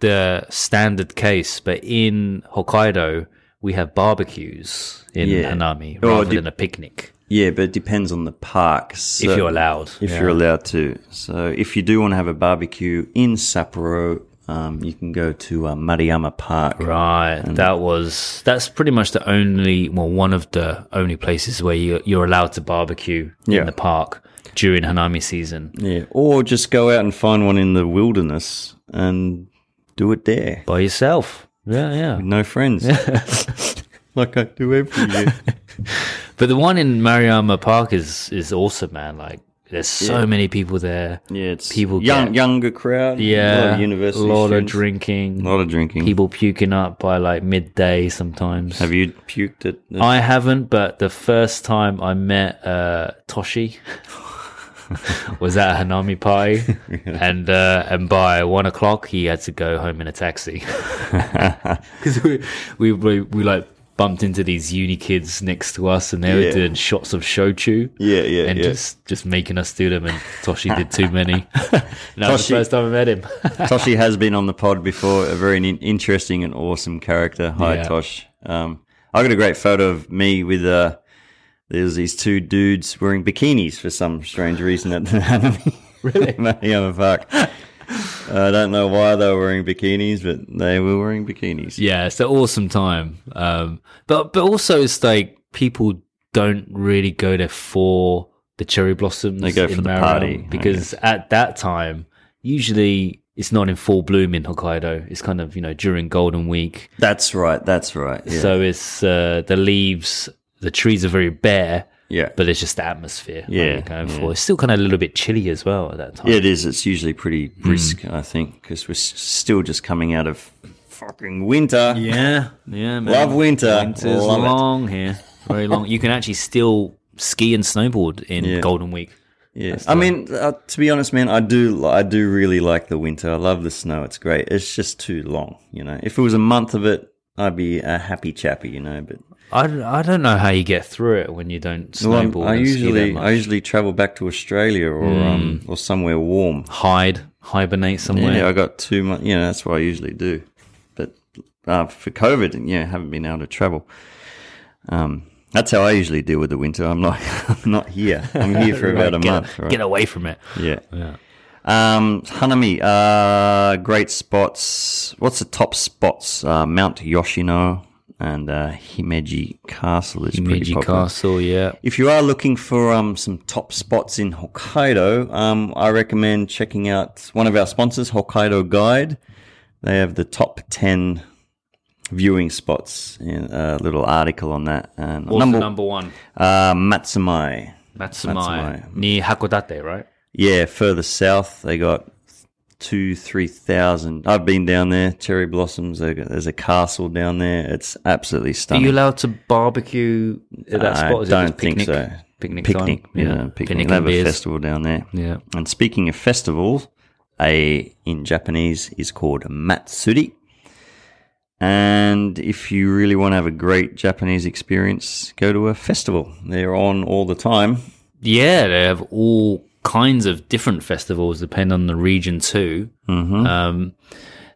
[SPEAKER 3] the standard case, but in Hokkaido we have barbecues in
[SPEAKER 4] Yeah.
[SPEAKER 3] Hanami
[SPEAKER 4] Oh,
[SPEAKER 3] rather
[SPEAKER 4] the-
[SPEAKER 3] than a picnic,
[SPEAKER 4] Yeah, but it depends on the park. So
[SPEAKER 3] if you're allowed.
[SPEAKER 4] If you're allowed to. So if you do want to have a barbecue in Sapporo, um, you can go to uh, Mariyama Park.
[SPEAKER 3] Right, that was that's pretty much the only well, one of the only places where you, you're allowed to barbecue
[SPEAKER 4] Yeah.
[SPEAKER 3] in the park during Hanami season.
[SPEAKER 4] Yeah. Or just go out and find one in the wilderness and do it there.
[SPEAKER 3] by yourself. Yeah, yeah.
[SPEAKER 4] No friends. like I do every year.
[SPEAKER 3] But the one in Mariama Park is is awesome, man. Like, there's so many people there.
[SPEAKER 4] Yeah, it's
[SPEAKER 3] People
[SPEAKER 4] young,
[SPEAKER 3] get-
[SPEAKER 4] younger crowd. a lot
[SPEAKER 3] Yeah,
[SPEAKER 4] of university,
[SPEAKER 3] lot of
[SPEAKER 4] students,
[SPEAKER 3] drinking,
[SPEAKER 4] a lot of drinking.
[SPEAKER 3] people puking up by like midday sometimes.
[SPEAKER 4] Have you puked at? The,
[SPEAKER 3] I haven't, but the first time I met uh, Toshi was at a Hanami party, and uh, and by one o'clock he had to go home in a taxi because we, we we we like bumped into these uni kids next to us, and they
[SPEAKER 4] Yeah.
[SPEAKER 3] were doing shots of shochu.
[SPEAKER 4] yeah, yeah,
[SPEAKER 3] And
[SPEAKER 4] yeah.
[SPEAKER 3] just just making us do them, and Toshi did too many. that was
[SPEAKER 4] Toshi-
[SPEAKER 3] the first time I met him.
[SPEAKER 4] Toshi has been on the pod before. A very in- interesting and awesome character. Hi,
[SPEAKER 3] Yeah.
[SPEAKER 4] Tosh. Um, I got a great photo of me with uh, there's these two dudes wearing bikinis for some strange reason at the anime. really, Mariyama Park. Uh, I don't know why they were wearing bikinis, but they were wearing bikinis.
[SPEAKER 3] yeah, it's an awesome time. Um, but but also it's like people don't really go there for the cherry blossoms.
[SPEAKER 4] They go
[SPEAKER 3] in
[SPEAKER 4] for the
[SPEAKER 3] Maram
[SPEAKER 4] party,
[SPEAKER 3] because at that time usually it's not in full bloom in Hokkaido. It's kind of you know during Golden Week,
[SPEAKER 4] That's right. That's right. Yeah.
[SPEAKER 3] so it's uh, the leaves, the trees are very bare.
[SPEAKER 4] yeah.
[SPEAKER 3] But it's just the atmosphere. like,
[SPEAKER 4] Yeah,
[SPEAKER 3] you're going for it's still kind of a little bit chilly as well at that time.
[SPEAKER 4] It is. It's usually pretty brisk, I think, because we're s- still just coming out of fucking winter.
[SPEAKER 3] Yeah, yeah, man.
[SPEAKER 4] Love winter.
[SPEAKER 3] Winter's
[SPEAKER 4] Love it.
[SPEAKER 3] long here, very long. You can actually still ski and snowboard in
[SPEAKER 4] Yeah.
[SPEAKER 3] Golden Week.
[SPEAKER 4] Yeah. I mean, uh, to be honest, man, I do. li- I do really like the winter. I love the snow. It's great. It's just too long, you know. If it was a month of it, I'd be a happy chappy, you know. But
[SPEAKER 3] I, d- I don't know how you get through it when you don't
[SPEAKER 4] Well, I'm-
[SPEAKER 3] snowboard.
[SPEAKER 4] I
[SPEAKER 3] and ski that
[SPEAKER 4] usually,
[SPEAKER 3] much. Hmm.
[SPEAKER 4] I usually travel back to Australia or um, or somewhere warm.
[SPEAKER 3] hide, hibernate somewhere.
[SPEAKER 4] Yeah, I got two months. You know, that's what I usually do. But uh, for COVID, and yeah, haven't been able to travel. Um, that's how I usually deal with the winter. I'm not, I'm not here. I'm here for about a
[SPEAKER 3] get,
[SPEAKER 4] month. Right?
[SPEAKER 3] get away from it.
[SPEAKER 4] yeah. Um, Hanami, uh, great spots. What's the top spots? Uh, Mount Yoshino and uh, Himeji Castle is pretty
[SPEAKER 3] Meiji
[SPEAKER 4] popular.
[SPEAKER 3] Castle, yeah.
[SPEAKER 4] If you are looking for um, some top spots in Hokkaido, um, I recommend checking out one of our sponsors, Hokkaido Guide. They have the top 10 viewing spots, in a little article on that. And
[SPEAKER 3] What's number, number one?
[SPEAKER 4] Uh, Matsumai.
[SPEAKER 3] Matsumai,
[SPEAKER 4] Matsumai.
[SPEAKER 3] near Hakodate, right?
[SPEAKER 4] Yeah, further south, they got two, 3,000. I've been down there, cherry blossoms. They got- There's a castle down there. It's absolutely
[SPEAKER 3] Are you
[SPEAKER 4] stunning.
[SPEAKER 3] allowed to barbecue at that
[SPEAKER 4] I
[SPEAKER 3] spot? Is it
[SPEAKER 4] don't
[SPEAKER 3] just
[SPEAKER 4] think
[SPEAKER 3] picnic?
[SPEAKER 4] so.
[SPEAKER 3] Picnic,
[SPEAKER 4] Picnic,
[SPEAKER 3] time?
[SPEAKER 4] yeah, picnic. They
[SPEAKER 3] and
[SPEAKER 4] have a
[SPEAKER 3] beers.
[SPEAKER 4] festival down there.
[SPEAKER 3] Yeah.
[SPEAKER 4] And speaking of festivals, a in Japanese is called Matsuri. And if you really want to have a great Japanese experience, go to a festival. They're on all the time.
[SPEAKER 3] Yeah, they have all kinds of different festivals, depending on the region too.
[SPEAKER 4] Mm-hmm.
[SPEAKER 3] Um,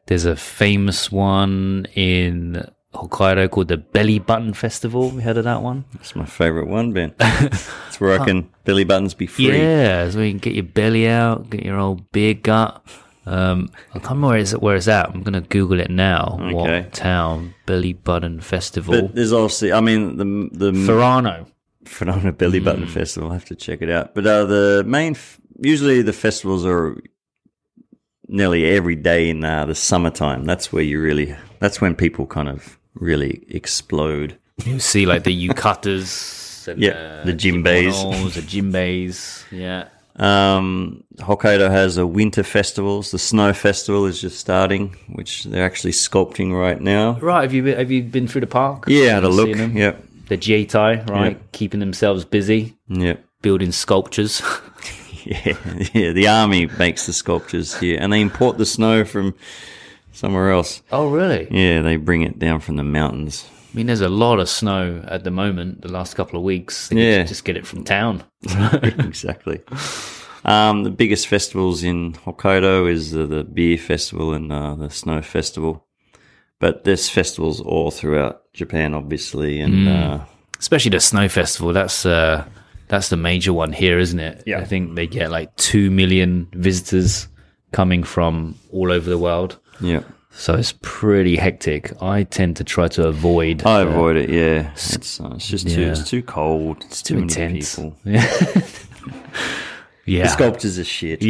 [SPEAKER 3] there's a famous one in Hokkaido called the Belly Button Festival. You heard of that one?
[SPEAKER 4] That's my favorite one, Ben. it's where I can belly buttons be free.
[SPEAKER 3] Yeah, so you can get your belly out, get your old beer gut. Um, I can't remember where it's, where it's at. I'm gonna Google it now.
[SPEAKER 4] Okay.
[SPEAKER 3] What town? Belly Button Festival.
[SPEAKER 4] But there's also, I mean, the the
[SPEAKER 3] Ferrano.
[SPEAKER 4] Phenomenal Belly Button
[SPEAKER 3] Hmm.
[SPEAKER 4] Festival. I will have to check it out. But uh, the main, f- usually the festivals are nearly every day in uh, the summertime. That's where you really, that's when people kind of really explode.
[SPEAKER 3] You see, like the yukatas. And,
[SPEAKER 4] Yeah,
[SPEAKER 3] uh,
[SPEAKER 4] the jimbes.
[SPEAKER 3] kimonos, the jimbes. Yeah.
[SPEAKER 4] Um, Hokkaido has a winter festivals. The snow festival is just starting, which they're actually sculpting right now.
[SPEAKER 3] Right, have you been, have you been through the park?
[SPEAKER 4] Yeah, I had a
[SPEAKER 3] Seen
[SPEAKER 4] look.
[SPEAKER 3] them?
[SPEAKER 4] Yep,
[SPEAKER 3] The Jietai, right,
[SPEAKER 4] Yeah.
[SPEAKER 3] keeping themselves busy,
[SPEAKER 4] yep.
[SPEAKER 3] building sculptures.
[SPEAKER 4] Yeah, yeah. The army makes the sculptures here, and they import the snow from somewhere else.
[SPEAKER 3] Oh, really?
[SPEAKER 4] Yeah, they bring it down from the mountains.
[SPEAKER 3] I mean, there's a lot of snow at the moment. The last couple of weeks, They could
[SPEAKER 4] Yeah.
[SPEAKER 3] just get it from town.
[SPEAKER 4] exactly. Um, the biggest festivals in Hokkaido is the, the beer festival and uh, the snow festival. But there's festivals all throughout Japan, obviously,
[SPEAKER 3] Mm.
[SPEAKER 4] and uh,
[SPEAKER 3] especially the snow festival that's uh that's the major one here isn't it
[SPEAKER 4] Yeah.
[SPEAKER 3] i think they get like 2 million visitors coming from all over the world
[SPEAKER 4] yeah,
[SPEAKER 3] so it's pretty hectic i tend to try to avoid
[SPEAKER 4] I avoid it. Yeah, it's, uh, it's just too
[SPEAKER 3] Yeah.
[SPEAKER 4] it's too cold. It's too, many
[SPEAKER 3] intense.
[SPEAKER 4] people.
[SPEAKER 3] yeah
[SPEAKER 4] The sculptures are shit.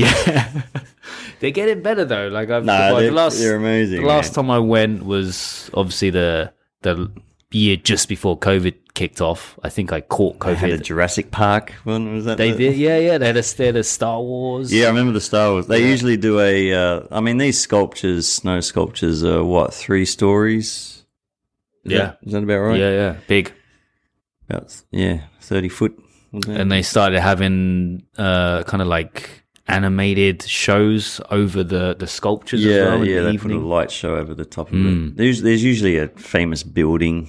[SPEAKER 3] they're getting better though like i've
[SPEAKER 4] No,
[SPEAKER 3] well,
[SPEAKER 4] they're- they're amazing,
[SPEAKER 3] the last
[SPEAKER 4] man.
[SPEAKER 3] time i went was obviously the the year just before covid kicked off i think i caught covid
[SPEAKER 4] Had a Jurassic Park one was that?
[SPEAKER 3] they
[SPEAKER 4] the-
[SPEAKER 3] did yeah yeah they had a, they had a star wars
[SPEAKER 4] Yeah, I remember the Star Wars. They usually do a. Uh, I mean, these sculptures, snow sculptures, are what three stories? Is
[SPEAKER 3] Yeah.
[SPEAKER 4] that- is that about right?
[SPEAKER 3] yeah yeah big
[SPEAKER 4] about yeah, thirty foot. wasn't it?
[SPEAKER 3] and they started having uh, kind of like animated shows over the the sculptures. as
[SPEAKER 4] yeah,
[SPEAKER 3] well in
[SPEAKER 4] yeah,
[SPEAKER 3] the
[SPEAKER 4] they put a
[SPEAKER 3] evening. Hmm.
[SPEAKER 4] light show over the top of it. There's there's usually a famous building,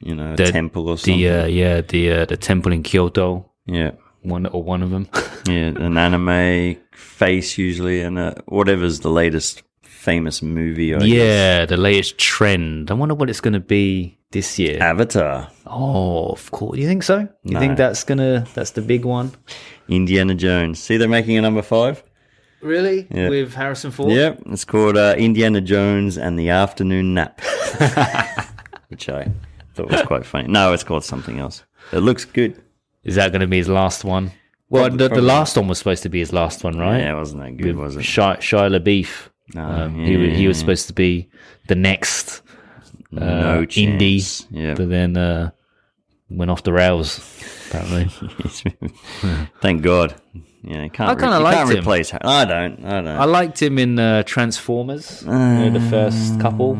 [SPEAKER 4] you know, a
[SPEAKER 3] The-
[SPEAKER 4] temple or something.
[SPEAKER 3] the uh, yeah the uh, the temple in Kyoto
[SPEAKER 4] yeah,
[SPEAKER 3] one or one of them.
[SPEAKER 4] yeah, an anime face usually, and uh, whatever's the latest famous movie. I guess.
[SPEAKER 3] yeah, the latest trend. I wonder what it's going to be this year.
[SPEAKER 4] Avatar,
[SPEAKER 3] oh, of course. You think so? You
[SPEAKER 4] No.
[SPEAKER 3] think that's gonna that's the big one?
[SPEAKER 4] Indiana Jones. See, they're making a number five.
[SPEAKER 3] Really?
[SPEAKER 4] Yeah.
[SPEAKER 3] With Harrison Ford?
[SPEAKER 4] Yeah, it's called uh, Indiana Jones and the Afternoon Nap, which I thought was quite funny. No, it's called something else. It looks good.
[SPEAKER 3] Is that going to be his last one? Well,
[SPEAKER 4] Probably-
[SPEAKER 3] the, the
[SPEAKER 4] probably.
[SPEAKER 3] last one was supposed to be his last one, right?
[SPEAKER 4] Yeah, it wasn't that good, was it?
[SPEAKER 3] Shia, Shia LaBeouf. um, he, wa- he was supposed to be the next uh,
[SPEAKER 4] No
[SPEAKER 3] indie,
[SPEAKER 4] chance. Yeah.
[SPEAKER 3] but then uh, went off the rails. Apparently,
[SPEAKER 4] Thank God. Yeah, you can't.
[SPEAKER 3] I kinda
[SPEAKER 4] you
[SPEAKER 3] liked
[SPEAKER 4] can't
[SPEAKER 3] him.
[SPEAKER 4] replace. Har- I don't. I don't.
[SPEAKER 3] I liked him in uh, Transformers, you know, the first couple.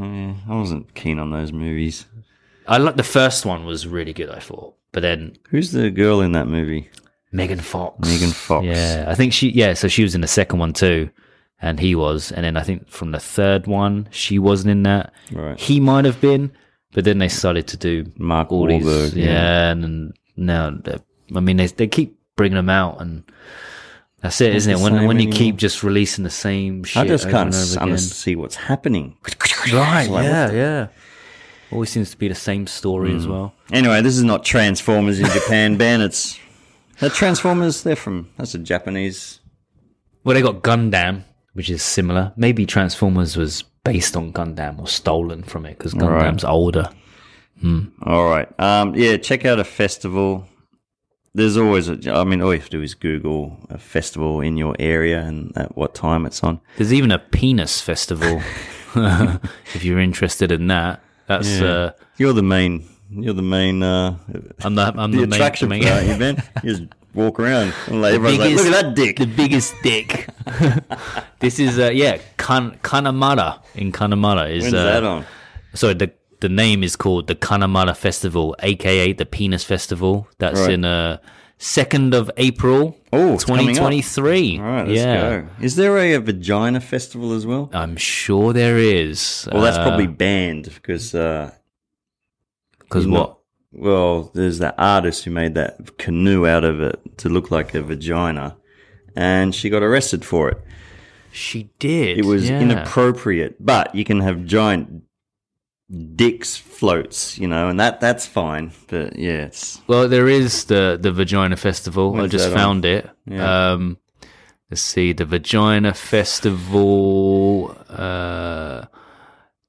[SPEAKER 4] Yeah, I wasn't keen on those movies.
[SPEAKER 3] I like the first one was really good. I thought, but then
[SPEAKER 4] Who's the girl in that movie?
[SPEAKER 3] Megan Fox.
[SPEAKER 4] Megan Fox.
[SPEAKER 3] Yeah, I think she. Yeah, so she was in the second one too, and he was, and then I think from the third one she wasn't in that.
[SPEAKER 4] Right.
[SPEAKER 3] He might have been, but then they started to do
[SPEAKER 4] Mark
[SPEAKER 3] all these,
[SPEAKER 4] Wahlberg.
[SPEAKER 3] yeah, and, and now they're- I mean they they keep bringing them out, and that's it, isn't
[SPEAKER 4] the
[SPEAKER 3] it? When
[SPEAKER 4] same
[SPEAKER 3] when you
[SPEAKER 4] anymore.
[SPEAKER 3] keep just releasing the same shit,
[SPEAKER 4] I just
[SPEAKER 3] over
[SPEAKER 4] can't
[SPEAKER 3] and
[SPEAKER 4] s-
[SPEAKER 3] over
[SPEAKER 4] under-
[SPEAKER 3] again.
[SPEAKER 4] see what's happening.
[SPEAKER 3] Right?
[SPEAKER 4] Like,
[SPEAKER 3] yeah, yeah. Always seems to be the same story
[SPEAKER 4] Mm.
[SPEAKER 3] as well.
[SPEAKER 4] Anyway, this is not Transformers in Japan, Ben. It's the Transformers. They're from that's a Japanese.
[SPEAKER 3] Well, they got Gundam, which is similar. Maybe Transformers was based on Gundam or stolen from it because Gundam's older.
[SPEAKER 4] All right. Um, yeah, check out a festival. There's always. A, I mean, all you have to do is Google a festival in your area and at what time it's on.
[SPEAKER 3] There's even a penis festival. if you're interested in that, that's uh,
[SPEAKER 4] You're the main. You're the main. Uh, the
[SPEAKER 3] I'm the I'm the, main-
[SPEAKER 4] attraction
[SPEAKER 3] main,
[SPEAKER 4] for that event. You just walk around. And like, everyone's like,
[SPEAKER 3] biggest-
[SPEAKER 4] look at that dick.
[SPEAKER 3] the biggest dick. this is uh, yeah, kan- Kanamara in Kanamara is
[SPEAKER 4] When's
[SPEAKER 3] uh,
[SPEAKER 4] that on?
[SPEAKER 3] sorry the the name is called the Kanamara Festival, aka the Penis Festival. That's
[SPEAKER 4] Right.
[SPEAKER 3] in uh second of April,
[SPEAKER 4] Oh, it's coming up.
[SPEAKER 3] twenty twenty three.
[SPEAKER 4] All right, let's go. Is there a, a vagina festival as well?
[SPEAKER 3] I'm sure there is.
[SPEAKER 4] Well, that's probably banned because. Uh,
[SPEAKER 3] because
[SPEAKER 4] No.
[SPEAKER 3] uh, what
[SPEAKER 4] Well, there's that artist who made that canoe out of it to look like a vagina, and she got arrested for it.
[SPEAKER 3] she did.
[SPEAKER 4] It was
[SPEAKER 3] yeah.
[SPEAKER 4] inappropriate, but you can have giant dicks floats, you know, and that that's fine. But yeah, it's
[SPEAKER 3] Well, there is the the Vagina Festival. I
[SPEAKER 4] When's
[SPEAKER 3] just
[SPEAKER 4] that on?
[SPEAKER 3] found it. Um, let's see, the Vagina Festival, uh,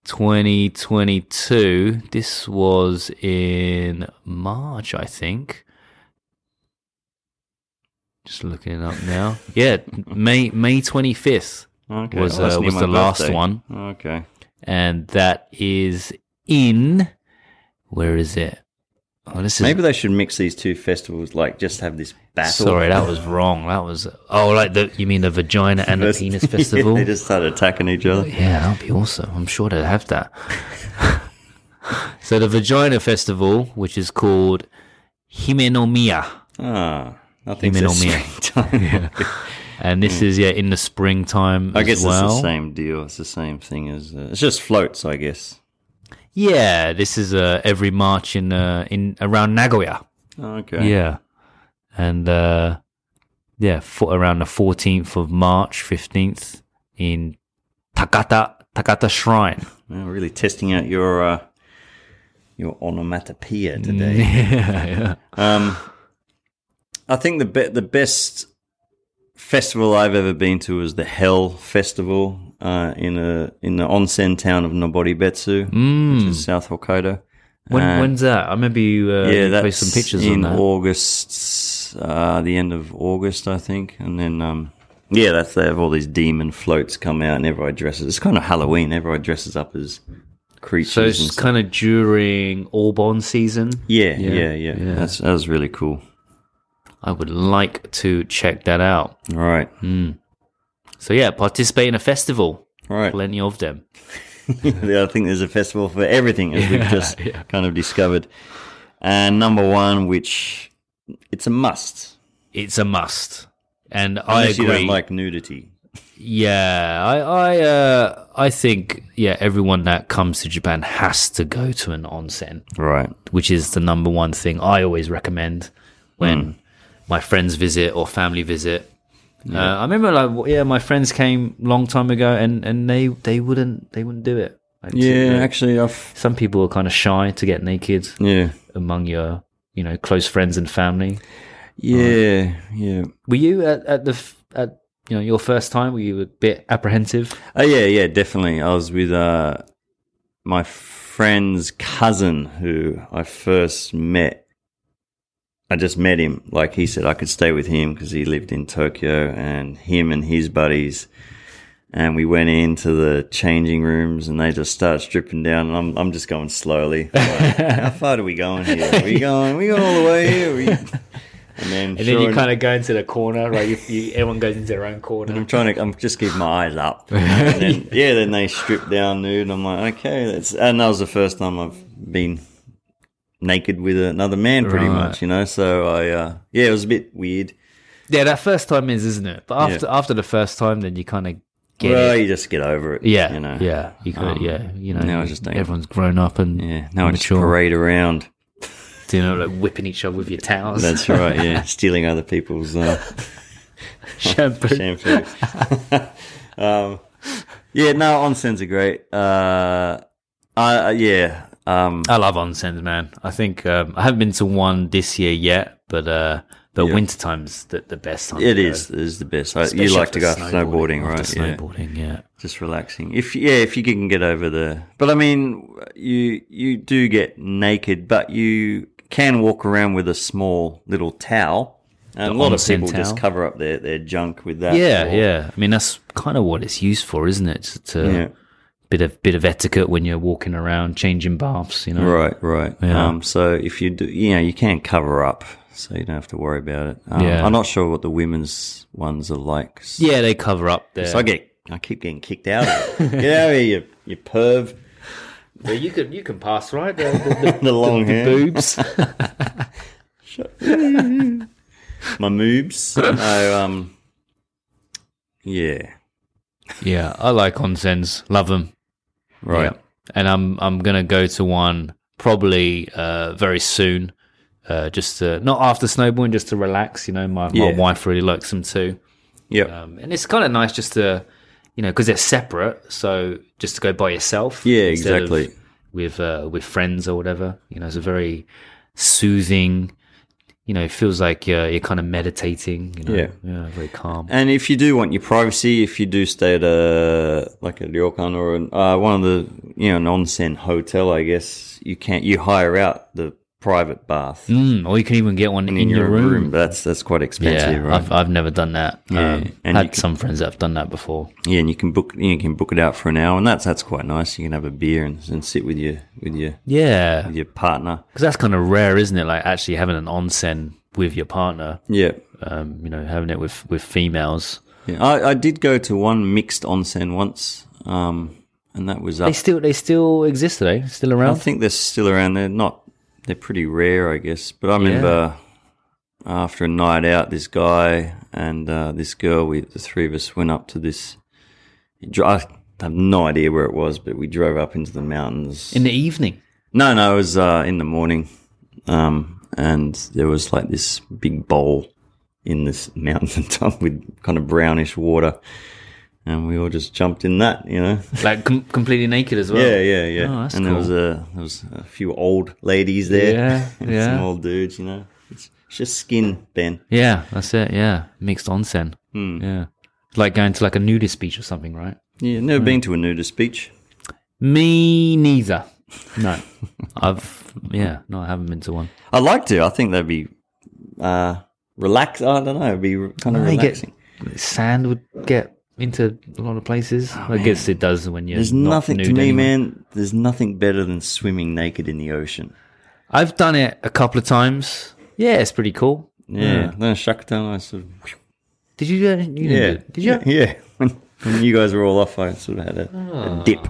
[SPEAKER 3] twenty twenty two. This was in March, I think. Just looking it up now. Yeah, May May twenty fifth
[SPEAKER 4] okay.
[SPEAKER 3] was
[SPEAKER 4] well, that's
[SPEAKER 3] uh,
[SPEAKER 4] near
[SPEAKER 3] was
[SPEAKER 4] my
[SPEAKER 3] the last
[SPEAKER 4] birthday.
[SPEAKER 3] one.
[SPEAKER 4] Okay,
[SPEAKER 3] and that is in where is it? Oh, this is
[SPEAKER 4] maybe they should mix these two festivals, like just have this battle.
[SPEAKER 3] sorry, that was wrong. That was oh, like the you mean the vagina and the
[SPEAKER 4] First-
[SPEAKER 3] penis
[SPEAKER 4] Yeah,
[SPEAKER 3] festival?
[SPEAKER 4] they
[SPEAKER 3] yeah,
[SPEAKER 4] just start attacking each other.
[SPEAKER 3] that'd be awesome. I'm sure they'd have that. so the vagina festival, which is called Himenomiya.
[SPEAKER 4] Ah, nothing's
[SPEAKER 3] Himenomiya.
[SPEAKER 4] says springtime.
[SPEAKER 3] And this is yeah in the springtime.
[SPEAKER 4] Hmm. I
[SPEAKER 3] as
[SPEAKER 4] guess
[SPEAKER 3] well.
[SPEAKER 4] it's the same deal. It's the same thing as uh, it's just floats, I guess.
[SPEAKER 3] Yeah, this is uh, every March in uh, in around Nagoya.
[SPEAKER 4] Oh, okay.
[SPEAKER 3] Yeah, and uh, yeah, for around the fourteenth of March, fifteenth in Takata Takata Shrine.
[SPEAKER 4] Well, really testing out your uh, your
[SPEAKER 3] Mm.
[SPEAKER 4] onomatopoeia today.
[SPEAKER 3] yeah, yeah.
[SPEAKER 4] Um, I think the be- the best festival I've ever been to was the Hell Festival uh, in a in the onsen town of Nobori-betsu, which
[SPEAKER 3] Mm.
[SPEAKER 4] is South Hokkaido.
[SPEAKER 3] When,
[SPEAKER 4] Uh,
[SPEAKER 3] when's that? I remember you, uh,
[SPEAKER 4] yeah,
[SPEAKER 3] you
[SPEAKER 4] that's
[SPEAKER 3] posted some pictures on
[SPEAKER 4] in
[SPEAKER 3] that.
[SPEAKER 4] August, uh, the end of August, I think, and then um, yeah, that's they have all these demon floats come out, and everybody dresses. It's kind of Halloween. Everybody dresses up as creatures.
[SPEAKER 3] so
[SPEAKER 4] and
[SPEAKER 3] it's
[SPEAKER 4] stuff.
[SPEAKER 3] kind of during Aubon season.
[SPEAKER 4] yeah, yeah, yeah,
[SPEAKER 3] yeah.
[SPEAKER 4] That's that was really cool.
[SPEAKER 3] I would like to check that out.
[SPEAKER 4] All right,
[SPEAKER 3] Hmm. So yeah, participate in a festival.
[SPEAKER 4] all right.
[SPEAKER 3] Plenty of them.
[SPEAKER 4] Yeah, I think there's a festival for everything, as we've just kind of discovered. And number one, which it's a must.
[SPEAKER 3] It's a must. And I
[SPEAKER 4] Unless
[SPEAKER 3] agree.
[SPEAKER 4] you don't like nudity.
[SPEAKER 3] Yeah, I I uh, I think yeah, everyone that comes to Japan has to go to an onsen,
[SPEAKER 4] Right.
[SPEAKER 3] which is the number one thing I always recommend when my friends visit or family visit. Uh, I remember like w- yeah, my friends came long time ago and and they they wouldn't they wouldn't do it. Like,
[SPEAKER 4] Yeah,
[SPEAKER 3] to-
[SPEAKER 4] actually, I've.
[SPEAKER 3] some people are kind of shy to get naked
[SPEAKER 4] Yeah.
[SPEAKER 3] among your you know close friends and family.
[SPEAKER 4] Yeah. Yeah.
[SPEAKER 3] Were you at, at the f- at you know your first time? Were you a bit apprehensive?
[SPEAKER 4] Oh, yeah, yeah, definitely. I was with uh, my friend's cousin who I first met. I just met him. Like he said, I could stay with him because he lived in Tokyo, and him and his buddies. And we went into the changing rooms, and they just started stripping down. And I'm, I'm just going slowly. Like, How far do we going here? Are we going? we going all the way here? We... And then,
[SPEAKER 3] And then you kind of go into the corner, right? You, you, everyone goes into their own
[SPEAKER 4] And I'm
[SPEAKER 3] corner.
[SPEAKER 4] trying to, I'm just keeping my eyes up. And then, yeah, then they strip down nude. And I'm like, okay, that's, and that was the first time I've been naked with another man, pretty
[SPEAKER 3] Right.
[SPEAKER 4] much, you know. So I, uh, yeah, it was a bit weird.
[SPEAKER 3] Yeah, that first time is, isn't it? But after after the first time, then you kind of get
[SPEAKER 4] well,
[SPEAKER 3] it.
[SPEAKER 4] you just get over it.
[SPEAKER 3] Yeah,
[SPEAKER 4] you know. Um,
[SPEAKER 3] yeah, you could, yeah, you know.
[SPEAKER 4] now I just think-
[SPEAKER 3] everyone's grown up and
[SPEAKER 4] yeah. Now I just
[SPEAKER 3] mature.
[SPEAKER 4] parade around.
[SPEAKER 3] you know, like whipping each other with your towels,
[SPEAKER 4] That's right. Yeah, stealing other people's uh,
[SPEAKER 3] shampoo.
[SPEAKER 4] shampoos. um, yeah, no, onsens are great. Uh, I, yeah, um,
[SPEAKER 3] I love onsens, man. I think um, I haven't been to one this year yet, but uh, but winter time's the, the best time.
[SPEAKER 4] it
[SPEAKER 3] to go.
[SPEAKER 4] is. It is the best. I, you
[SPEAKER 3] Especially
[SPEAKER 4] like to go
[SPEAKER 3] after
[SPEAKER 4] snowboarding, right?
[SPEAKER 3] After
[SPEAKER 4] Yeah.
[SPEAKER 3] Snowboarding, yeah.
[SPEAKER 4] just relaxing. If yeah, if you can get over the, but I mean, you you do get naked, but you can walk around with a small little towel. And a lot of
[SPEAKER 3] onsen
[SPEAKER 4] people
[SPEAKER 3] towel.
[SPEAKER 4] just cover up their, their junk with that.
[SPEAKER 3] Yeah,
[SPEAKER 4] or-
[SPEAKER 3] yeah. I mean, that's kind of what it's used for, isn't it? To, to
[SPEAKER 4] Yeah.
[SPEAKER 3] bit of bit of etiquette when you're walking around, changing baths. You know,
[SPEAKER 4] Right, right.
[SPEAKER 3] Yeah.
[SPEAKER 4] Um, so if you do, you know, you can cover up, so you don't have to worry about it. Um,
[SPEAKER 3] Yeah.
[SPEAKER 4] I'm not sure what the women's ones are like. So
[SPEAKER 3] Yeah, they cover up there.
[SPEAKER 4] I get, I keep getting kicked out. Of it. get out of here, you, you perv.
[SPEAKER 3] you can you can pass right
[SPEAKER 4] The long hair.
[SPEAKER 3] boobs.
[SPEAKER 4] my moobs. so, um, yeah,
[SPEAKER 3] yeah, I like onsens. Love them.
[SPEAKER 4] right.
[SPEAKER 3] Yeah. And I'm I'm gonna go to one probably uh, very soon. Uh, just to, not after snowboarding, just to relax. You know, my, my
[SPEAKER 4] Yeah.
[SPEAKER 3] wife really likes them too.
[SPEAKER 4] Yep.
[SPEAKER 3] Um, and it's kind of nice just to, you know, because they're separate. So just to go by yourself.
[SPEAKER 4] Yeah,
[SPEAKER 3] instead of
[SPEAKER 4] exactly.
[SPEAKER 3] With uh, with friends or whatever, you know, it's a very soothing. You know, it feels like you're, you're kind of meditating. You know?
[SPEAKER 4] Yeah.
[SPEAKER 3] yeah, very calm.
[SPEAKER 4] and if you do want your privacy, if you do stay at a like a ryokan or an, uh, one of the you know an onsen hotel, I guess you can't you hire out the private bath
[SPEAKER 3] Mm, or you can even get one in, your, room.
[SPEAKER 4] That's that's quite
[SPEAKER 3] Yeah,
[SPEAKER 4] expensive, right?
[SPEAKER 3] I've I've never done that.
[SPEAKER 4] Yeah,
[SPEAKER 3] Um,
[SPEAKER 4] and you
[SPEAKER 3] had
[SPEAKER 4] can-
[SPEAKER 3] some friends that have done that before.
[SPEAKER 4] yeah, and you can book you can book it out for an hour, and that's that's quite nice. You can have a beer and, and sit with your with your
[SPEAKER 3] Yeah,
[SPEAKER 4] with your partner.
[SPEAKER 3] because that's kind of rare, isn't it? Like actually having an onsen with your partner.
[SPEAKER 4] Yeah.
[SPEAKER 3] Um, you know, having it with with females.
[SPEAKER 4] Yeah, I, I did go to one mixed onsen once, um, and that was up.
[SPEAKER 3] They still they still exist today. Still
[SPEAKER 4] I
[SPEAKER 3] around.
[SPEAKER 4] think they're still around. They're not. They're pretty rare, I guess. But I remember after a night out, this guy and uh, this girl, we the three of us went up to this. I have no idea where it was, but we drove up into the mountains.
[SPEAKER 3] in the evening.
[SPEAKER 4] no, no, it was uh, in the morning, um, and there was like this big bowl in this mountain tub with kind of brownish water, and we all just jumped in that, you know.
[SPEAKER 3] like com- completely naked as well.
[SPEAKER 4] Yeah, yeah, yeah.
[SPEAKER 3] Oh, that's
[SPEAKER 4] and there was a there was a few old ladies there.
[SPEAKER 3] Yeah,
[SPEAKER 4] and
[SPEAKER 3] yeah.
[SPEAKER 4] Some old dudes, you know. It's, it's just skin, Ben.
[SPEAKER 3] Yeah, that's it. Yeah, mixed onsen.
[SPEAKER 4] Hmm.
[SPEAKER 3] Yeah, like going to like a nudist beach or something, right?
[SPEAKER 4] Yeah, never been to a nudist beach.
[SPEAKER 3] Me neither. No, I've yeah, no, I haven't been to one.
[SPEAKER 4] I'd like to. I think that'd be uh, relax. I don't know. It'd be kind of
[SPEAKER 3] I get
[SPEAKER 4] relaxing.
[SPEAKER 3] sand would get into a lot of places. I guess it does when you're.
[SPEAKER 4] There's
[SPEAKER 3] not
[SPEAKER 4] nothing to
[SPEAKER 3] nude
[SPEAKER 4] me,
[SPEAKER 3] anymore.
[SPEAKER 4] man. There's nothing better than swimming naked in the ocean.
[SPEAKER 3] I've done it a couple of times. Yeah, it's pretty cool.
[SPEAKER 4] Yeah, then a shark down. I sort of
[SPEAKER 3] Did you do that? You didn't
[SPEAKER 4] yeah.
[SPEAKER 3] do it, Did you?
[SPEAKER 4] Yeah. When, when you guys were all off, I sort of had a,
[SPEAKER 3] Ah.
[SPEAKER 4] a
[SPEAKER 3] Oh,
[SPEAKER 4] dip.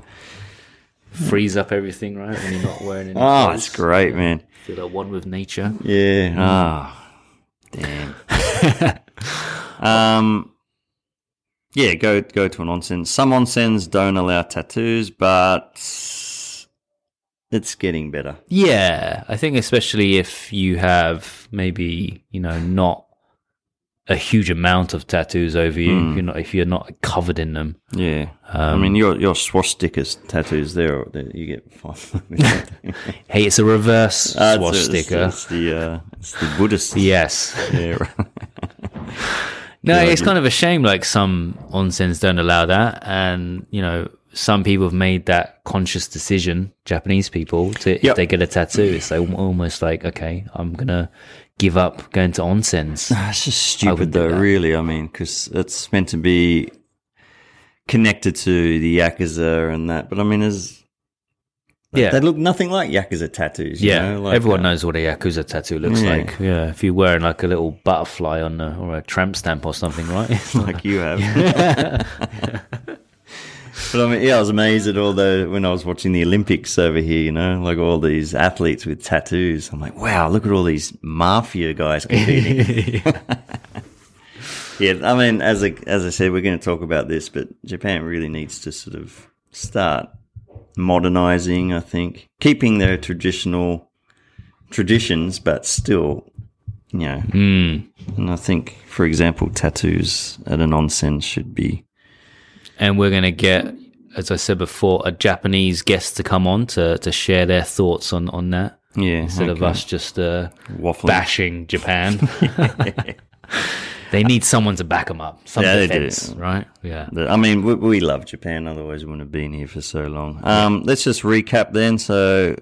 [SPEAKER 3] Freeze up everything, right? When you're not wearing any
[SPEAKER 4] Oh,
[SPEAKER 3] clothes.
[SPEAKER 4] it's great, man.
[SPEAKER 3] Feel at one with nature.
[SPEAKER 4] Yeah. Ah, damn. um, yeah. Go go to an onsen. Some onsens don't allow tattoos, but it's getting better.
[SPEAKER 3] Yeah, I think especially if you have maybe you know not a huge amount of tattoos over you,
[SPEAKER 4] Hmm.
[SPEAKER 3] if you're not if you're not covered in them.
[SPEAKER 4] Yeah. Um, I mean, your your swastikas tattoos there, that you get fine.
[SPEAKER 3] Hey, it's a reverse
[SPEAKER 4] Uh,
[SPEAKER 3] swastika.
[SPEAKER 4] it's- It's, it's the uh, it's the Buddhist.
[SPEAKER 3] Yes.
[SPEAKER 4] Yeah.
[SPEAKER 3] No, it's kind of a shame. Like some onsens don't allow that, and you know some people have made that conscious decision. Japanese people, to if
[SPEAKER 4] Yep.
[SPEAKER 3] they get a tattoo, it's like almost like okay, I'm gonna give up going to onsens.
[SPEAKER 4] That's Ah, just
[SPEAKER 3] wouldn't
[SPEAKER 4] stupid,
[SPEAKER 3] do
[SPEAKER 4] though.
[SPEAKER 3] that.
[SPEAKER 4] Really, I mean, because it's meant to be connected to the yakuza and that. But I mean, there's
[SPEAKER 3] Yeah.
[SPEAKER 4] They look nothing like Yakuza tattoos. you
[SPEAKER 3] Yeah,
[SPEAKER 4] know, like,
[SPEAKER 3] everyone
[SPEAKER 4] uh,
[SPEAKER 3] knows what a yakuza tattoo looks
[SPEAKER 4] Yeah.
[SPEAKER 3] like. Yeah, if you're wearing like a little butterfly on the, or a tramp stamp or something, right?
[SPEAKER 4] Like you have. but I mean, yeah, I was amazed at all the, when I was watching the Olympics over here, you know, like all these athletes with tattoos. I'm like, wow, look at all these mafia guys competing. yeah, I mean, as I, as I said, we're going to talk about this, but Japan really needs to sort of start modernizing, I think, keeping their traditional traditions, but still, you know, and I think, for example, tattoos at an onsen should be.
[SPEAKER 3] and we're going to get, as I said before, a Japanese guest to come on to, to share their thoughts on, on that
[SPEAKER 4] Yeah,
[SPEAKER 3] instead of us just uh,
[SPEAKER 4] waffling.
[SPEAKER 3] bashing Japan. they need someone to back them up. Some
[SPEAKER 4] Yeah, they do.
[SPEAKER 3] defense, right? Yeah.
[SPEAKER 4] The- I mean, we, we love Japan. Otherwise, we wouldn't have been here for so long. Um, let's just recap then. So,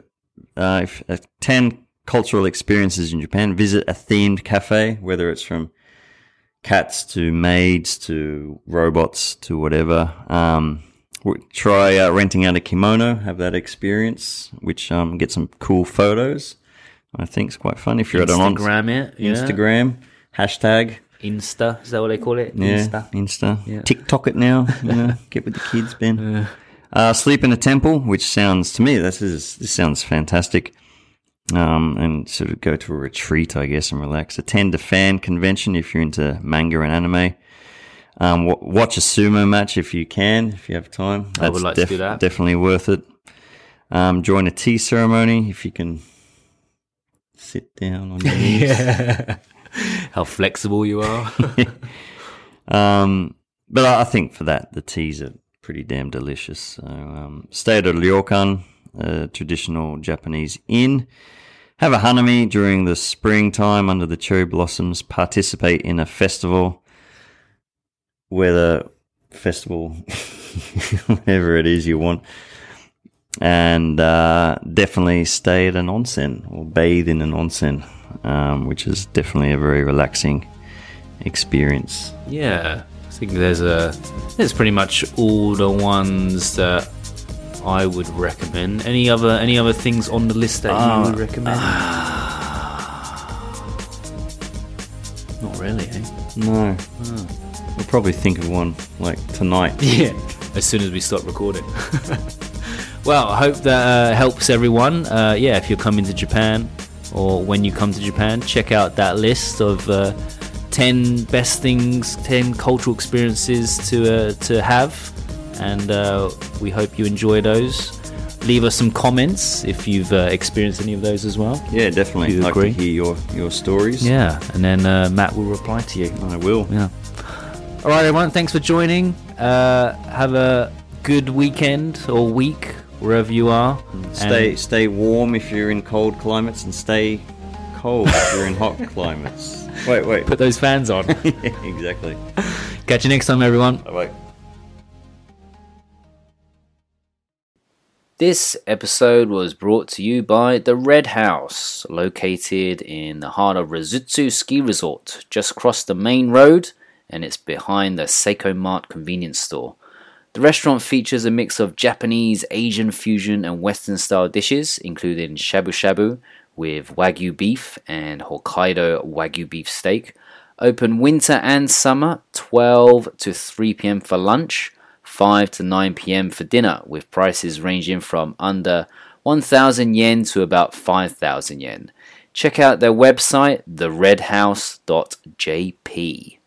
[SPEAKER 4] uh, if, uh, ten cultural experiences in Japan. Visit a themed cafe, whether it's from cats to maids to robots to whatever. Um, w- try uh, renting out a kimono. Have that experience, which um, get some cool photos. I think it's quite fun if you're at an onsen.
[SPEAKER 3] Instagram it. Yeah.
[SPEAKER 4] Instagram, hashtag,
[SPEAKER 3] Insta. Is that what they call it?
[SPEAKER 4] yeah,
[SPEAKER 3] Insta.
[SPEAKER 4] Insta, TikTok it now. You know, get with the kids, Ben. Uh, sleep in a temple, which sounds to me this is this sounds fantastic. Um, and sort of go to a retreat, I guess, and relax. Attend a fan convention if you're into manga and anime. Um, w- watch a sumo match if you can, if you have time. That's
[SPEAKER 3] would like to do that.
[SPEAKER 4] Definitely worth it. Um, join a tea ceremony if you can. Sit down on your knees.
[SPEAKER 3] How flexible you are.
[SPEAKER 4] Um, but I I think for that, the teas are pretty damn delicious. So um, stay at a ryokan, a traditional Japanese inn. Have a hanami during the springtime under the cherry blossoms. Participate in a festival, whether festival, whatever it is you want. And uh, definitely stay at an onsen or bathe in an onsen, um, which is definitely a very relaxing experience.
[SPEAKER 3] Yeah, I think there's a there's pretty much all the ones that I would recommend. Any other any other things on the list that you
[SPEAKER 4] Ah.
[SPEAKER 3] would recommend? Not really. Eh?
[SPEAKER 4] No. I'll probably think of one like tonight.
[SPEAKER 3] Hmm. Yeah. As soon as we stop recording. well, I hope that uh, helps everyone. Uh, yeah, if you're coming to Japan or when you come to Japan, check out that list of uh, 10 best things, 10 cultural experiences to, uh, to have. And uh, we hope you enjoy those. Leave us some comments if you've uh, experienced any of those as well.
[SPEAKER 4] Yeah, definitely.
[SPEAKER 3] You
[SPEAKER 4] like
[SPEAKER 3] agree?
[SPEAKER 4] to hear your, your stories.
[SPEAKER 3] Yeah, and then uh, Matt will reply to you.
[SPEAKER 4] I will.
[SPEAKER 3] Yeah. All right, everyone. Thanks for joining. Uh, have a good weekend or week wherever you are.
[SPEAKER 4] Stay
[SPEAKER 3] And
[SPEAKER 4] stay warm if you're in cold climates, and stay cold if you're in hot climates. Wait, wait.
[SPEAKER 3] put those fans on.
[SPEAKER 4] exactly.
[SPEAKER 3] Catch you next time, everyone.
[SPEAKER 4] All right.
[SPEAKER 3] This episode was brought to you by the Red House, located in the heart of Rizutsu Ski Resort, just across the main road, and it's behind the Seiko Mart convenience store. The restaurant features a mix of Japanese, Asian fusion, and Western style dishes, including shabu shabu with wagyu beef and Hokkaido wagyu beef steak. Open winter and summer, 12 to 3 p.m. for lunch, 5 to 9 p.m. for dinner, with prices ranging from under 1,000 yen to about 5,000 yen. Check out their website, theredhouse.jp.